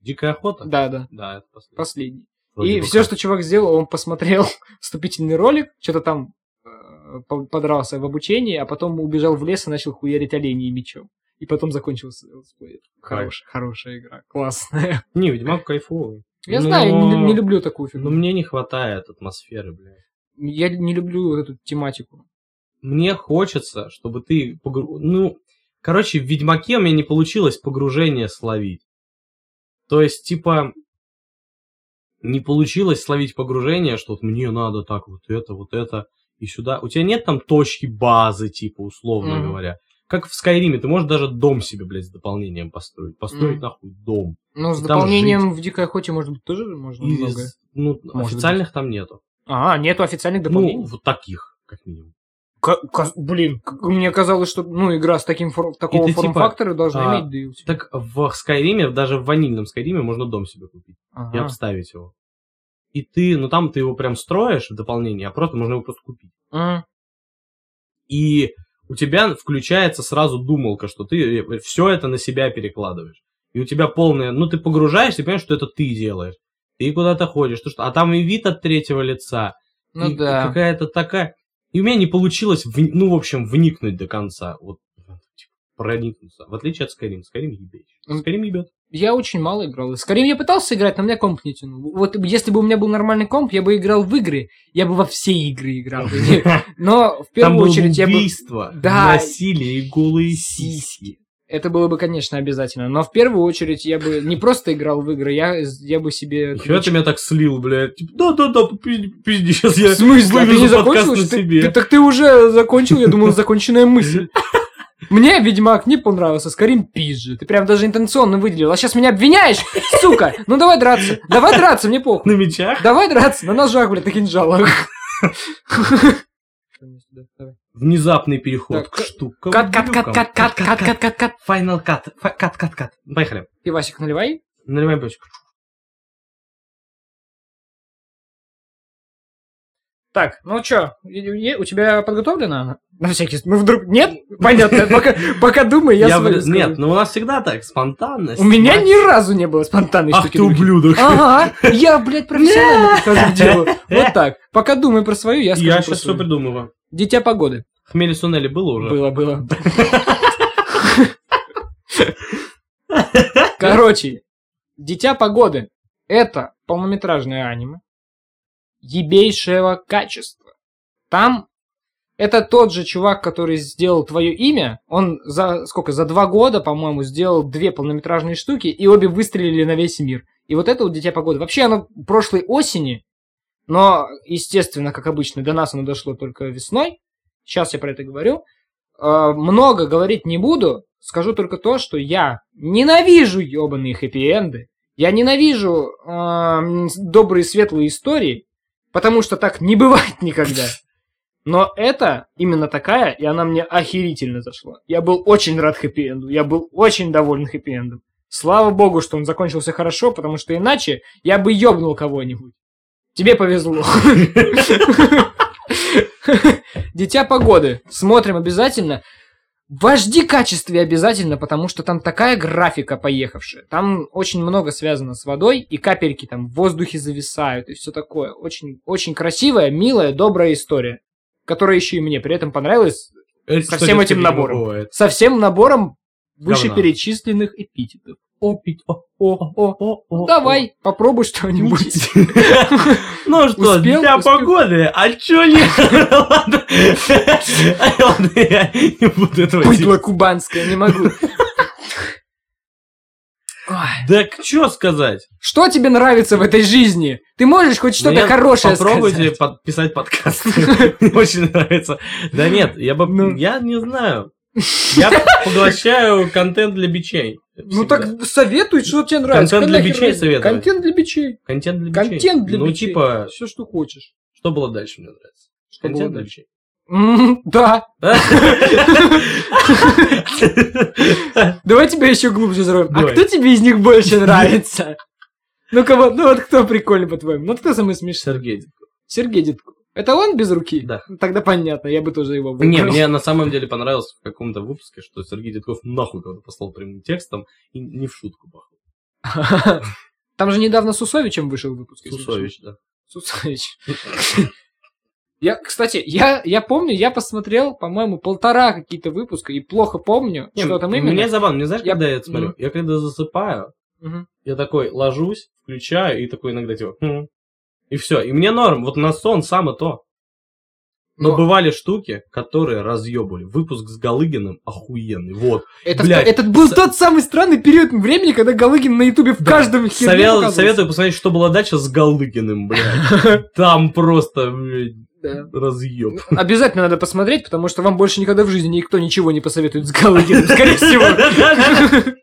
S2: Дикая охота?
S1: Да, да,
S2: Да, это последний.
S1: последний.
S2: Вроде
S1: и
S2: бы
S1: все,
S2: как.
S1: что чувак сделал, он посмотрел *laughs* вступительный ролик, что-то там э, по- подрался в обучении, а потом убежал в лес и начал хуярить оленей мечом. И потом закончился летсплей. Хорошая, хорошая игра, классная.
S2: Не, Ведьмак кайфовый.
S1: *laughs* Я
S2: Но-
S1: знаю, не,
S2: ну,
S1: не люблю такую
S2: Но
S1: фигуру.
S2: мне не хватает атмосферы, блядь.
S1: Я не люблю эту тематику.
S2: мне хочется, чтобы ты... погру- Ну, короче, в Ведьмаке у меня не получилось погружение словить. То есть, типа, не получилось словить погружение, что вот мне надо так, вот это, вот это, и сюда. У тебя нет там точки базы, типа, условно
S1: Мгм.
S2: говоря. Как в Скайриме, ты можешь даже дом себе, блядь, с дополнением построить. Построить,
S1: Мгм.
S2: нахуй, дом.
S1: Ну, с
S2: Там
S1: дополнением в Дикой Охоте, может быть, тоже можно
S2: И
S1: многое.
S2: с- ну,
S1: Может
S2: официальных там нету.
S1: А, нету официальных
S2: Ну,
S1: дополнений.
S2: вот таких, как минимум.
S1: Ка- каз- блин, к- мне казалось, что ну игра с таким фор- такого
S2: ты, типа,
S1: форм-фактора должна
S2: а,
S1: иметь DLC.
S2: Так в Скайриме, даже в ванильном Скайриме можно дом себе купить. и
S1: Ага.
S2: обставить его. И ты, ну там ты его прям строишь в дополнение, а просто можно его просто купить.
S1: М,
S2: И у тебя включается сразу думалка, что ты все это на себя перекладываешь. И у тебя полное, ну ты погружаешься и понимаешь, что это ты делаешь. Ты куда-то ходишь, ты что, а там и вид от третьего лица,
S1: Ну
S2: и
S1: да.
S2: какая-то такая. И у меня не получилось, в- ну в общем, вникнуть до конца, вот типа, проникнуться. В отличие от Skyrim, Skyrim ебет.
S1: Ну,
S2: Skyrim ебет.
S1: Я очень мало играл. Скорее, я пытался играть, но у меня комп не тянул. Вот если бы у меня был нормальный комп, я бы играл в игры. Я бы во все игры
S2: *laughs*
S1: играл. бы. Не- Но в
S2: Там
S1: первую
S2: было
S1: очередь я бы...
S2: убийство,
S1: Да.
S2: насилие и голые
S1: Сиськи.
S2: сиськи.
S1: Это было бы, конечно, обязательно. Но в первую очередь я бы не просто играл в игры, я, я бы себе...
S2: Нихера ты меня так слил, блядь. Типа, Да-да-да, пизди, пизди, сейчас я...
S1: В смысле? А ты
S2: вывезу
S1: не
S2: подкаст
S1: закончил?
S2: на
S1: что Ты,
S2: себе.
S1: ты- так ты уже закончил, я
S2: *laughs*
S1: думал, законченная мысль. Мне Ведьмак не понравился, Скорим пизже. Ты прям даже интенционно выделил. А сейчас меня обвиняешь, сука! Ну давай драться, давай драться, мне похуй.
S2: На мечах?
S1: Давай драться на ножах, блядь, на
S2: *laughs*
S1: кинжалах.
S2: Внезапный переход
S1: Так,
S2: к штукам.
S1: Кат, кат, кат, кат, кат, кат, кат, кат, кат.
S2: Final кат. Кат, кат, кат. Поехали.
S1: Пивасик наливай.
S2: Наливай бочку.
S1: Так, ну чё, и- и- у тебя подготовлена она? На всякий случай. Ну вдруг нет? Понятно, пока, пока думай, я,
S2: Я
S1: свою
S2: бы-
S1: скажу.
S2: Нет, ну у нас всегда так, спонтанность.
S1: У меня
S2: мать.
S1: ни разу не было спонтанной
S2: Ах
S1: штуки.
S2: ты ублюдок. *laughs*
S1: Ага, я, блядь, профессионально подхожу к делу. Вот так. Пока думай про свою, я скажу
S2: Я
S1: про
S2: сейчас все
S1: свою.
S2: придумываю.
S1: Дитя погоды.
S2: Хмели Сунели было уже?
S1: Было, было. Короче, Дитя погоды – это полнометражное аниме ебейшего качества. Там это тот же чувак, который сделал твое имя. Он за сколько? За два года, по-моему, сделал две полнометражные штуки, и обе выстрелили на весь мир. И вот это вот Дитя погоды. Вообще оно прошлой осени, но, естественно, как обычно, до нас оно дошло только весной. Сейчас я про это говорю. Э, Много говорить не буду. Скажу только то, что я ненавижу ебаные хэппи-энды. Я ненавижу эм, с- добрые светлые истории, потому что так не бывает *laughs* никогда. Но это именно такая, и она мне охерительно зашла. Я был очень рад хэппи-энду, я был очень доволен хэппи-эндом. Слава богу, что он закончился хорошо, потому что иначе я бы ёбнул кого-нибудь. Тебе повезло. *laughs* Дитя погоды. Смотрим обязательно. В HD качестве обязательно, потому что там такая графика поехавшая. Там очень много связано с водой, и капельки там в воздухе зависают, и все такое. Очень, очень красивая, милая, добрая история, которая еще и мне при этом понравилась
S2: Э, Это
S1: Со
S2: что
S1: всем
S2: редко
S1: этим
S2: не
S1: набором.
S2: бывает.
S1: со всем набором вышеперечисленных эпитетов. О, о,
S2: О-о-о.
S1: давай, попробуй что-нибудь. *laughs*
S2: Ну что,
S1: Успел,
S2: для
S1: успел.
S2: погоды, а чё не... *laughs* Ладно, Ладно, я не буду этого
S1: Быдло кубанское, не могу. Ой.
S2: Так чё сказать?
S1: Что тебе нравится в этой жизни? Ты можешь хоть что-то
S2: Мне
S1: хорошее
S2: Попробуйте
S1: сказать?
S2: под- писать подкаст. *laughs* Мне очень нравится. Да нет, я
S1: Ну.
S2: бы... Я не знаю. Я поглощаю контент для бичей.
S1: Ну
S2: Всегда.
S1: так советуй, что тебе нравится.
S2: Контент для
S1: Какая
S2: бичей
S1: нахер разница?
S2: советовать?
S1: Контент для бичей.
S2: Контент для бичей.
S1: Контент для бичей.
S2: Ну типа,
S1: Все, что хочешь.
S2: что было дальше мне нравится?
S1: Что было
S2: Контент для
S1: дальше?
S2: бичей.
S1: М, Да.
S2: Да?
S1: Давай тебя еще глубже зароем. А
S2: Давай.
S1: кто тебе из них больше нравится? Ну-ка вот, ну вот кто прикольный по-твоему? Ну вот кто самый смешной?
S2: *laughs* Сергей.
S1: Сергей Дедко. Это он без руки?
S2: Да.
S1: Ну, Тогда понятно, я бы тоже его
S2: Не,
S1: выбрал.
S2: мне на самом деле понравилось в каком-то выпуске, что Сергей Дедков нахуй кого-то послал прямым текстом и не в шутку пахнул.
S1: *laughs* Там же недавно с Сусовичем вышел выпуск. если не
S2: Сусович, да.
S1: Сусович. Я, кстати, я, я помню, я посмотрел, по-моему, полтора какие-то выпуска и плохо помню,
S2: Не,
S1: что там именно.
S2: Мне забавно, не знаешь,
S1: Я-
S2: когда я это смотрю? Я когда засыпаю,
S1: Мгм.
S2: я такой ложусь, включаю и такой иногда типа... «Хм». И все. И мне норм. Вот на сон само то. Но Ну,
S1: Но
S2: бывали штуки, которые разъебывали. Выпуск с Галыгиным охуенный.
S1: *laughs*
S2: Вот.
S1: это,
S2: блядь,
S1: этот был
S2: с-
S1: тот самый странный период времени, когда Галыгин на Ютубе в каждом херне
S2: Совет-
S1: показывался.
S2: советую посмотреть, что было дальше с
S1: *laughs*
S2: Галыгиным, блядь. Там просто блядь,
S1: Да.
S2: разъеб.
S1: Ну, Обязательно надо посмотреть, потому что вам больше никогда в жизни никто ничего не посоветует с Галыгиным, скорее
S2: *laughs*
S1: всего.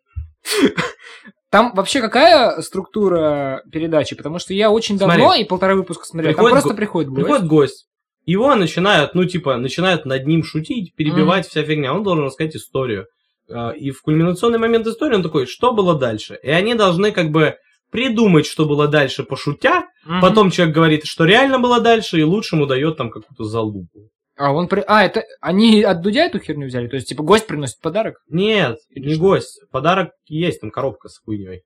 S1: Там вообще какая структура передачи? Потому что я очень давно
S2: Смотри.
S1: и полтора выпуска смотрел. Там
S2: Приходит
S1: просто
S2: го-
S1: приходит гость.
S2: Приходит гость. Его начинают, ну, типа, начинают над ним шутить, перебивать, вся фигня. Он должен рассказать историю. А, И в кульминационный момент истории он такой, что было дальше? И они должны как бы придумать, что было дальше, пошутя.
S1: Мгм.
S2: Потом человек говорит, что реально было дальше, и лучшему дает там какую-то залупу.
S1: А, он при... А, это... Они от Дудя эту херню взяли? То есть, типа, гость приносит подарок,
S2: Нет, не
S1: что?
S2: гость. Подарок есть, там коробка с хуйней.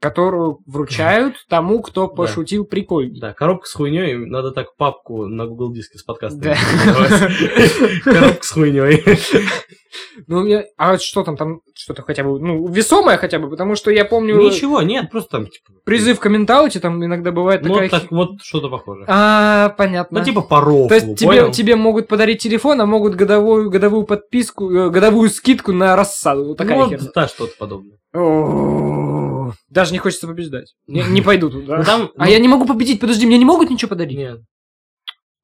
S1: которую
S2: *laughs*
S1: вручают тому, кто пошутил прикольней.
S2: Да, коробка с хуйней, надо так папку на Google диске с подкастами.
S1: *laughs* Да.
S2: Коробка с хуйней.
S1: Ну, у меня... А что там, там что-то хотя бы, ну, весомое хотя бы, потому что я помню
S2: Ничего, нет, просто там, типа...
S1: призыв к ментауте, там иногда бывает
S2: Ну,
S1: такая...
S2: так
S1: хи-
S2: вот что-то похоже.
S1: А, понятно.
S2: Ну, типа по рофлу,
S1: То есть тебе, типа
S2: понял?
S1: тебе могут подарить телефон, а могут годовую, годовую подписку, э, годовую скидку на рассаду. Вот такая
S2: Ну, вот,
S1: херня.
S2: да, что-то подобное.
S1: О, Даже не хочется побеждать. Не,
S2: *laughs*
S1: не пойду туда.
S2: Ну, там-
S1: а
S2: ну-
S1: я не могу победить, подожди, мне не могут ничего подарить?
S2: Нет.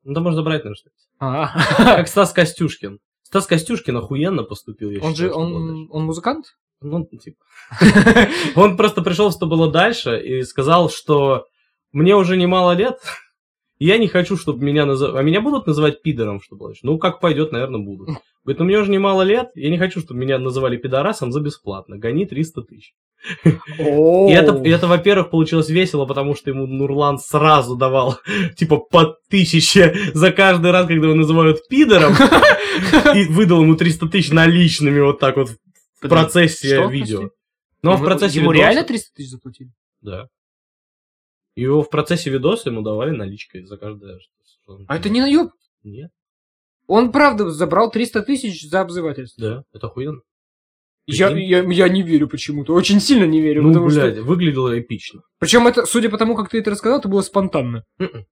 S2: Ну, да можно брать, наверное, что-то.
S1: А,
S2: Как Стас Костюшкин. Стас Костюшкин охуенно поступил, я
S1: Он
S2: считаю,
S1: же,
S2: что было дальше.
S1: он, он музыкант?
S2: Ну, типа. *laughs* Он просто пришел, что было дальше, и сказал, что мне уже немало лет, и я не хочу, чтобы меня называли... А меня будут называть пидором, что было дальше? Ну, как пойдет, наверное,
S1: *laughs*
S2: будут. Говорит, ну мне уже немало лет, я не хочу, чтобы меня называли пидорасом за бесплатно. Гони 300 тысяч. И это, и это, во-первых, получилось весело, потому что ему Нурлан сразу давал, *laughs* типа, по тысяче за каждый раз, когда его называют
S1: *laughs*
S2: пидором, и выдал ему 300 тысяч наличными вот так вот в процессе
S1: что,
S2: видео.
S1: прости?
S2: Ну, а в процессе
S1: Ему
S2: видоса-
S1: реально 300 тысяч заплатили?
S2: Да. Его в процессе видоса ему давали наличкой за каждое... что- что он
S1: А это
S2: делал.
S1: не наеб.
S2: Нет,
S1: Он правда забрал 300 тысяч за обзывательство.
S2: да, это охуенно.
S1: Я,
S2: Прикинь.
S1: я, я не верю почему-то. Очень сильно не верю.
S2: Ну,
S1: потому что-
S2: блядь, выглядело эпично.
S1: Причем это, судя по тому, как ты это рассказал, это было спонтанно.
S2: Мгм.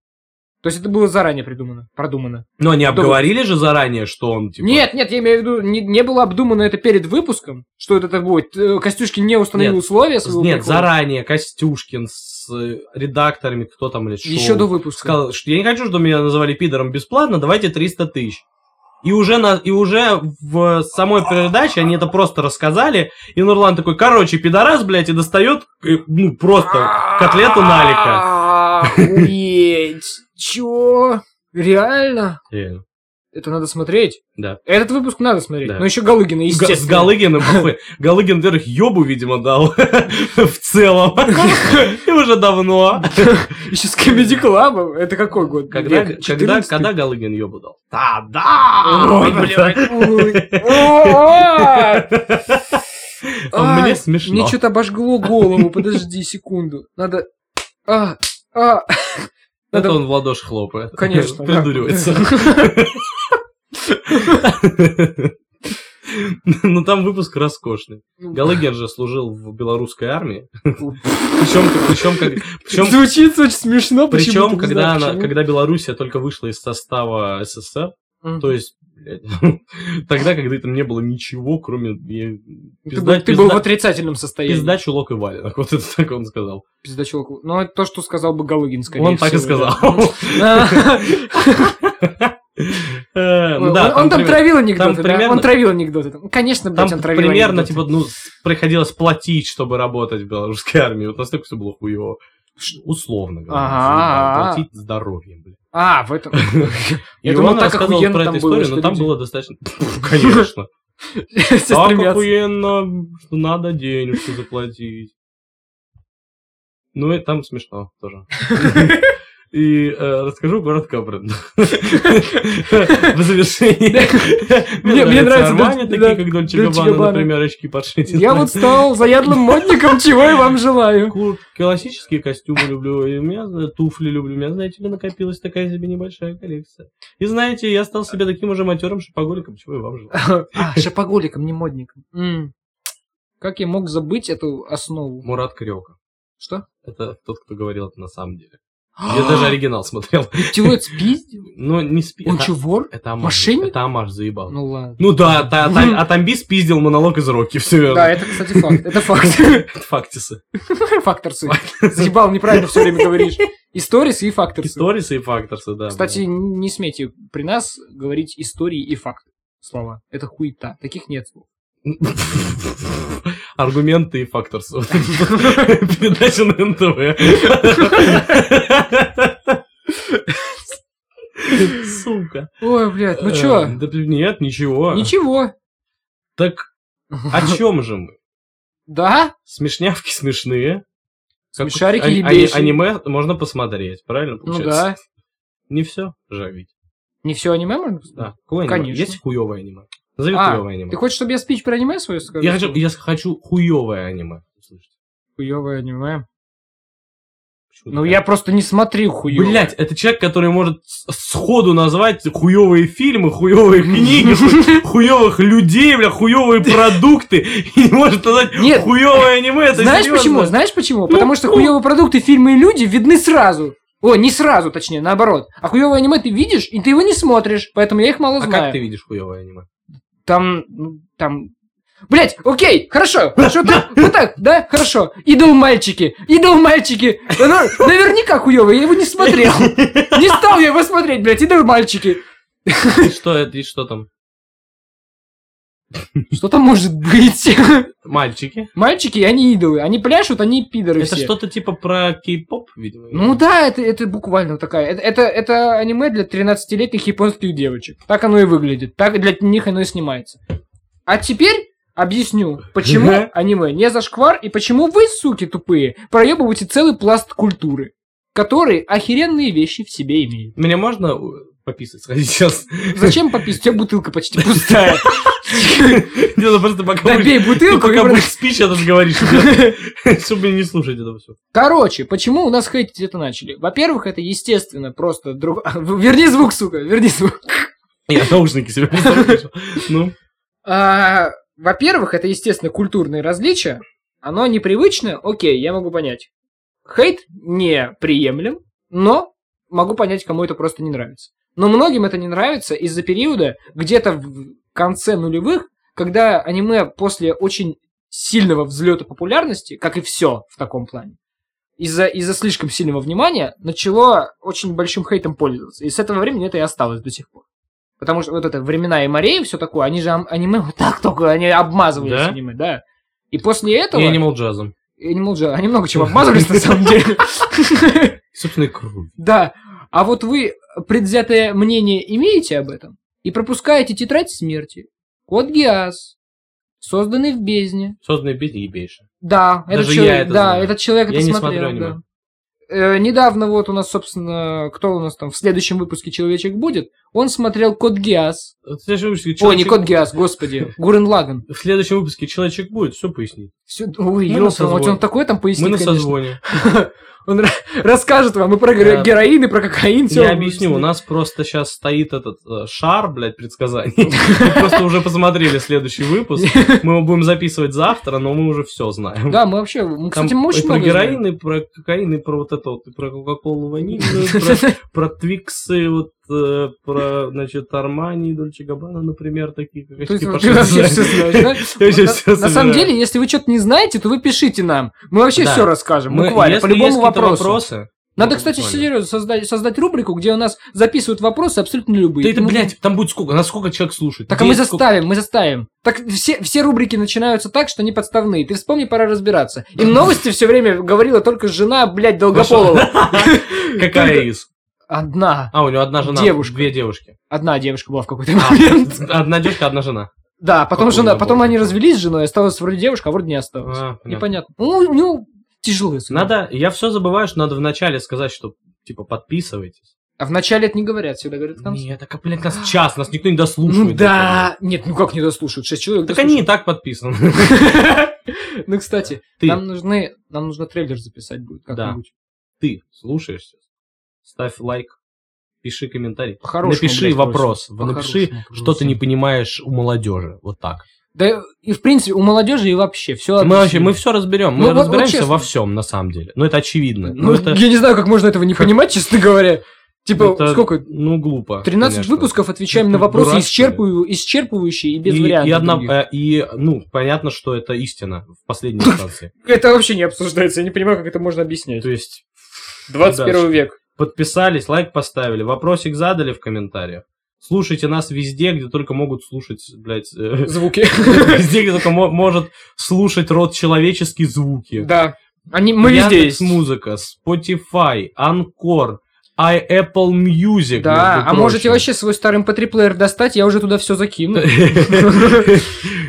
S1: То есть это было заранее придумано, продумано.
S2: Но они
S1: Добрый.
S2: обговорили же заранее, что он, типа...
S1: Нет, нет, я имею в виду, не, не было обдумано это перед выпуском, что это так будет. Э, Костюшкин не установил
S2: Нет.
S1: условия своего
S2: Нет,
S1: прихода.
S2: заранее Костюшкин с э, редакторами, кто там, блядь, шоу.
S1: Еще до выпуска.
S2: Сказал, что я не хочу, чтобы меня называли пидором бесплатно, давайте 300 тысяч. И уже, на, и уже в самой передаче они это просто рассказали, и Нурлан такой, короче, пидорас, блядь, и достает, э, ну,
S1: А,
S2: просто котлету Налика.
S1: Охуеть. Чё? Реально?
S2: Реально.
S1: Это надо смотреть?
S2: Да.
S1: Этот выпуск надо смотреть.
S2: Да.
S1: Но еще Галыгина,
S2: Га- С
S1: естественно.
S2: Галыгиным,
S1: *laughs*
S2: похуй. Галыгин, во-первых, ёбу, видимо, дал *laughs* в
S1: *laughs*
S2: целом. И уже давно.
S1: Еще с Comedy Club. Это какой год?
S2: Когда,
S1: Век
S2: когда,
S1: 14?
S2: когда Галыгин ёбу дал?
S1: А, Ой,
S2: Да-да!
S1: блядь. Ой. О!
S2: А
S1: Ай,
S2: Мне смешно.
S1: Мне что-то обожгло голову. Подожди секунду. Надо... А, а.
S2: Это
S1: Надо-
S2: он в ладоши хлопает.
S1: Конечно. да.
S2: Придуривается. Ну там выпуск роскошный.
S1: Ну
S2: Галыгин же служил в белорусской армии. Причем, причем, как- причем,
S1: Звучит очень смешно. почему-то,
S2: причем
S1: не
S2: когда,
S1: знаю,
S2: она,
S1: почему.
S2: когда Белоруссия только вышла из состава СССР,
S1: Мгм.
S2: то есть блядь, *laughs* тогда, когда там не было ничего, кроме э,
S1: Ты был-
S2: пизда,
S1: Ты был в
S2: пизда-
S1: отрицательном состоянии.
S2: пизда, чулок и валенок. Вот это так он сказал.
S1: Пизда чуваку. Ну, это то, что сказал бы Галыгин, скорее
S2: он так и
S1: всего,
S2: сказал.
S1: да. *laughs* Да.
S2: Э, *laughs* ну
S1: Он
S2: да,
S1: он там
S2: примерно-
S1: травил анекдоты,
S2: там
S1: да? Он
S2: примерно-
S1: травил анекдоты. Ну, Конечно,
S2: Там
S1: блядь, он травил
S2: примерно,
S1: анекдоты.
S2: типа, ну, с- приходилось платить, чтобы работать в белорусской армии. Вот настолько все было хуево. Условно говоря.
S1: Ага.
S2: извиняюсь, Платить здоровьем, блин.
S1: А, в
S2: *laughs*
S1: этом...
S2: И
S1: думал,
S2: он
S1: так
S2: рассказывал
S1: охуенно
S2: про
S1: там
S2: эту
S1: было,
S2: историю,
S1: что
S2: но там
S1: люди-
S2: было достаточно... *laughs* Конечно.
S1: *laughs* Все
S2: Так
S1: стремятся.
S2: охуенно, что надо денежку заплатить. Ну и там смешно тоже. И э, расскажу коротко про *laughs* В завершении.
S1: Мне- мне нравится
S2: Армани,
S1: Дольче-
S2: такие
S1: да,
S2: как Дольче
S1: Дольче
S2: Габбана,
S1: Габбана.
S2: например, очки подшить.
S1: Я вот стал заядлым модником, *laughs* чего я вам
S2: *laughs*
S1: желаю.
S2: Кур- классические костюмы люблю, и у меня зна- туфли люблю. У меня, знаете ли, накопилась такая себе небольшая коллекция. И знаете, я стал себе таким уже матерым шапоголиком, чего и вам желаю.
S1: А, шапоголиком, не модником. М. Как я мог забыть эту основу?
S2: Мурат Кариока.
S1: Что?
S2: Это тот, кто говорил это на самом деле.
S1: А.
S2: Я
S1: *gasps*
S2: даже оригинал смотрел.
S1: Чего это спиздил?
S2: *laughs* Но не спи.
S1: Он
S2: это-
S1: чё, вор?
S2: Это Амаш.
S1: Мошенник?
S2: Это Амаш заебал.
S1: Ну
S2: Ну,
S1: ладно.
S2: да, та, а та- Атамби спиздил монолог из Рокки, все
S1: Да,
S2: *laughs* верно.
S1: это, кстати, факт. Это факт.
S2: *laughs* Фактисы.
S1: Факторсы. Заебал, неправильно все время говоришь. Историс и факторсы.
S2: Историсы и факторсы, да.
S1: Кстати, не смейте при нас говорить истории и факты. Слова. Это хуета. Таких нет слов.
S2: Аргументы и фактор.
S1: *laughs*
S2: Передача на НТВ. Сука.
S1: Ой, блядь, ну
S2: Э,
S1: чё?
S2: Да блин, нет, ничего.
S1: Ничего.
S2: Так о
S1: *laughs*
S2: чем же мы?
S1: Да?
S2: Смешнявки смешные. Как-
S1: Смешарики
S2: а- а-
S1: ебейшие.
S2: Аниме можно посмотреть, правильно
S1: Ну да.
S2: получается? Не все, жаль ведь.
S1: Не все аниме можно посмотреть?
S2: Да, какое аниме?
S1: Конечно.
S2: Есть хуевое аниме? Назови
S1: А,
S2: хуевое аниме.
S1: Ты хочешь, чтобы я спич про аниме свою скажу?
S2: Я хочу, я хочу хуевое аниме. услышать.
S1: Хуёвое аниме.
S2: Почему
S1: Ну,
S2: такая?
S1: я просто не смотрю хуёво.
S2: Блять, это человек, который может с- сходу назвать хуевые
S1: *laughs*
S2: фильмы, хуевые книги, хуевых людей, бля, хуевые продукты, и не может назвать
S1: Нет.
S2: хуевое аниме. Это
S1: Знаешь
S2: серьезно.
S1: почему? Знаешь почему?
S2: Ну,
S1: Потому что
S2: ну.
S1: хуёвые продукты, фильмы и люди видны сразу. О, не сразу, точнее, наоборот. А хуёвое аниме ты видишь, и ты его не смотришь, поэтому я их мало
S2: А
S1: знаю.
S2: как ты видишь хуевое
S1: *laughs*
S2: аниме?
S1: Там, ну, там... Блять, окей, хорошо, хорошо, так, вот так, да, хорошо. Идол мальчики, идол мальчики. Оно наверняка хуёвое, я его не смотрел. Не стал я его смотреть, блять, идол мальчики.
S2: И что это, и что там?
S1: Что там может быть? *laughs*
S2: Мальчики?
S1: Мальчики, они идолы, они пляшут, они пидоры
S2: Это
S1: все.
S2: что-то типа про кей-поп, видимо?
S1: Ну да, это, это буквально такая. Это, это, это аниме для 13-летних японских девочек. Так оно и выглядит. Так для них оно и снимается. А теперь объясню, почему
S2: Ага.
S1: аниме не зашквар и почему вы, суки тупые, проебываете целый пласт культуры, который охеренные вещи в себе имеет.
S2: Меня можно э, пописать *laughs* сходить сейчас?
S1: Зачем попить? У тебя бутылка почти
S2: *laughs*
S1: пустая.
S2: Не, ну просто пока
S1: Добей
S2: ты
S1: бутылку и
S2: ну, пока
S1: брось.
S2: будешь спичь, я даже говоришь, чтобы не слушать этого все.
S1: Короче, почему у нас хейтить это начали? Во-первых, это естественно, просто друг... *laughs* Верни звук, сука, верни звук.
S2: Я наушники себе поставлю. Ну,
S1: А, во-первых, это, естественно, культурные различия. Оно непривычно, окей, я могу понять. Хейт неприемлем, но могу понять, кому это просто не нравится. Но многим это не нравится из-за периода где-то в конце нулевых, когда аниме после очень сильного взлета популярности, как и все в таком плане, из-за из-за слишком сильного внимания начало очень большим хейтом пользоваться. И с этого времени это и осталось до сих пор. Потому что вот это времена и морей, все такое, они же ам- аниме вот так только, они обмазывались
S2: Да?
S1: аниме, да. И после этого...
S2: и Animal Jazz'ом.
S1: Animal Jam, они много чего обмазывались на самом деле. *laughs*
S2: Собственно, кровь.
S1: Да. А вот вы предвзятое мнение имеете об этом и пропускаете тетрадь смерти, код Гиас, созданный в бездне.
S2: Созданные песни ебейшие.
S1: Да,
S2: Даже
S1: этот
S2: я
S1: человек,
S2: это
S1: да,
S2: знаю.
S1: этот человек
S2: Я
S1: это
S2: не
S1: смотрел,
S2: смотрю аниме.
S1: да. Э, недавно вот у нас, собственно, кто у нас там в следующем выпуске человечек будет, он смотрел Код Гиас.
S2: В следующем выпуске
S1: О, не
S2: человечек-
S1: Код Гиас, господи, *laughs* Гурен Лаган.
S2: В следующем выпуске человечек будет, все пояснит.
S1: Всё- ой,
S2: Мы на
S1: ёлка, вот он
S2: созвоне.
S1: такой там пояснит,
S2: Мы на
S1: конечно.
S2: созвоне.
S1: *laughs* Он ра- расскажет вам и про
S2: Да.
S1: героин, и про кокаин. всё
S2: Я
S1: вам
S2: объясню, у
S1: объяснит.
S2: нас просто сейчас стоит этот э, шар, блядь, предсказаний. Мы просто уже посмотрели следующий выпуск. Мы его будем записывать завтра, но мы уже все знаем.
S1: Да, мы вообще, мы,
S2: Там
S1: Ну, кстати, мы
S2: и
S1: очень
S2: про
S1: много *laughs*
S2: героин, и про кокаин, и про вот это вот, и про кока-колу ванильную, и про,
S1: знаем.
S2: про твиксы, вот, э, про, значит, Армани и Дольче Габбана, например, такие как
S1: То есть
S2: очки
S1: вот
S2: пошли.
S1: ты вообще
S2: *laughs*
S1: все знаешь, да?
S2: Я вообще
S1: Вот
S2: всё
S1: на- На самом
S2: собираю.
S1: деле, если вы что-то не знаете, то вы пишите нам. Мы вообще
S2: Да.
S1: все расскажем,
S2: Мы-
S1: буквально, по
S2: если
S1: любому
S2: есть какие-то
S1: вопросу.
S2: вопросы...
S1: Надо,
S2: ну,
S1: кстати,
S2: буквально.
S1: серьезно создать, создать рубрику, где у нас записывают вопросы абсолютно любые.
S2: Да это,
S1: Ну,
S2: блядь, там будет сколько, насколько человек слушает.
S1: Так а мы
S2: Десять, сколько-
S1: заставим, мы заставим. Так все, все рубрики начинаются так, что они подставные. Ты вспомни, пора разбираться. Им новости все время говорила только жена, блядь, Долгополова.
S2: *laughs* Какая из?
S1: Одна.
S2: А, у него одна жена.
S1: Девушка. *laughs*
S2: Две девушки.
S1: Одна девушка была в какой-то *laughs*
S2: А,
S1: момент.
S2: Одна девушка, одна жена.
S1: Да, потом
S2: Какой
S1: жена,
S2: набор?
S1: потом они развелись с женой, осталась вроде девушка, а вроде не осталась.
S2: А, понятно.
S1: Непонятно. Ну, ну, тяжело. судьба.
S2: Надо, я все забываю, что надо вначале сказать, что типа подписывайтесь.
S1: А вначале это не говорят, всегда говорят в конце.
S2: Нет, так, а, блядь, нас час, нас никто не дослушает.
S1: Ну да, нет, ну как не дослушают, шесть человек
S2: Так они и так подписаны. *laughs*
S1: дослушают. *laughs* Ну, кстати,
S2: Ты.
S1: нам нужны, нам нужно трейлер записать будет
S2: Да.
S1: как-нибудь.
S2: Ты слушаешься? Ставь лайк, пиши комментарий.
S1: По-хорошему,
S2: напиши
S1: блядь,
S2: вопрос,
S1: просим.
S2: напиши,
S1: По-хорошему, просим.
S2: что ты не понимаешь у молодежи. Вот так.
S1: Да и в принципе у молодежи и вообще все.
S2: Мы вообще, мы все разберем. Мы
S1: Ну, вот- вот
S2: разбираемся
S1: честно.
S2: во всем, на самом деле. Ну, это очевидно.
S1: Ну,
S2: Ну, это,
S1: я не знаю, как можно этого не понимать, честно говоря. Типа,
S2: это,
S1: сколько?
S2: Ну, глупо.
S1: 13
S2: конечно.
S1: выпусков отвечаем на
S2: Ты
S1: вопросы
S2: дурак, что ли?
S1: исчерпываю, исчерпывающие и без
S2: и,
S1: вариантов.
S2: и, одна-
S1: других.
S2: э, и, ну, понятно, что это истина в последней
S1: *laughs*
S2: инстанции.
S1: Это вообще не обсуждается, я не понимаю, как это можно объяснять.
S2: То есть,
S1: 21
S2: да,
S1: век.
S2: подписались, лайк поставили, вопросик задали в комментариях. Слушайте нас везде, где только могут слушать, блядь, э, *laughs*
S1: Звуки.
S2: везде, где только мо- может слушать род человеческие звуки.
S1: Да. Они, мы везде есть.
S2: Музыка, Spotify, Анкор, iApple Music.
S1: Да,
S2: между
S1: а можете
S2: прочим.
S1: вообще свой старый mp3-плеер достать, я уже туда все
S2: *laughs*
S1: закину.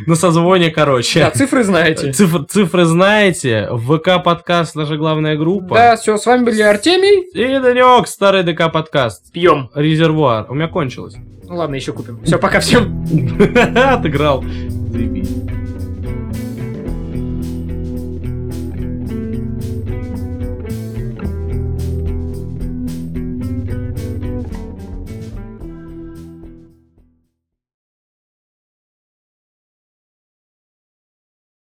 S2: На созвоне,
S1: Да,
S2: короче.
S1: цифры знаете.
S2: Цифр- Цифры знаете, в ВК подкаст наша главная группа.
S1: Да, все, с вами были Артемий.
S2: И Данек, старый ДК подкаст.
S1: Пьем.
S2: Резервуар. У меня кончилось. *laughs*
S1: Ну ладно, еще купим. Все, пока всем.
S2: Отыграл. Заебись.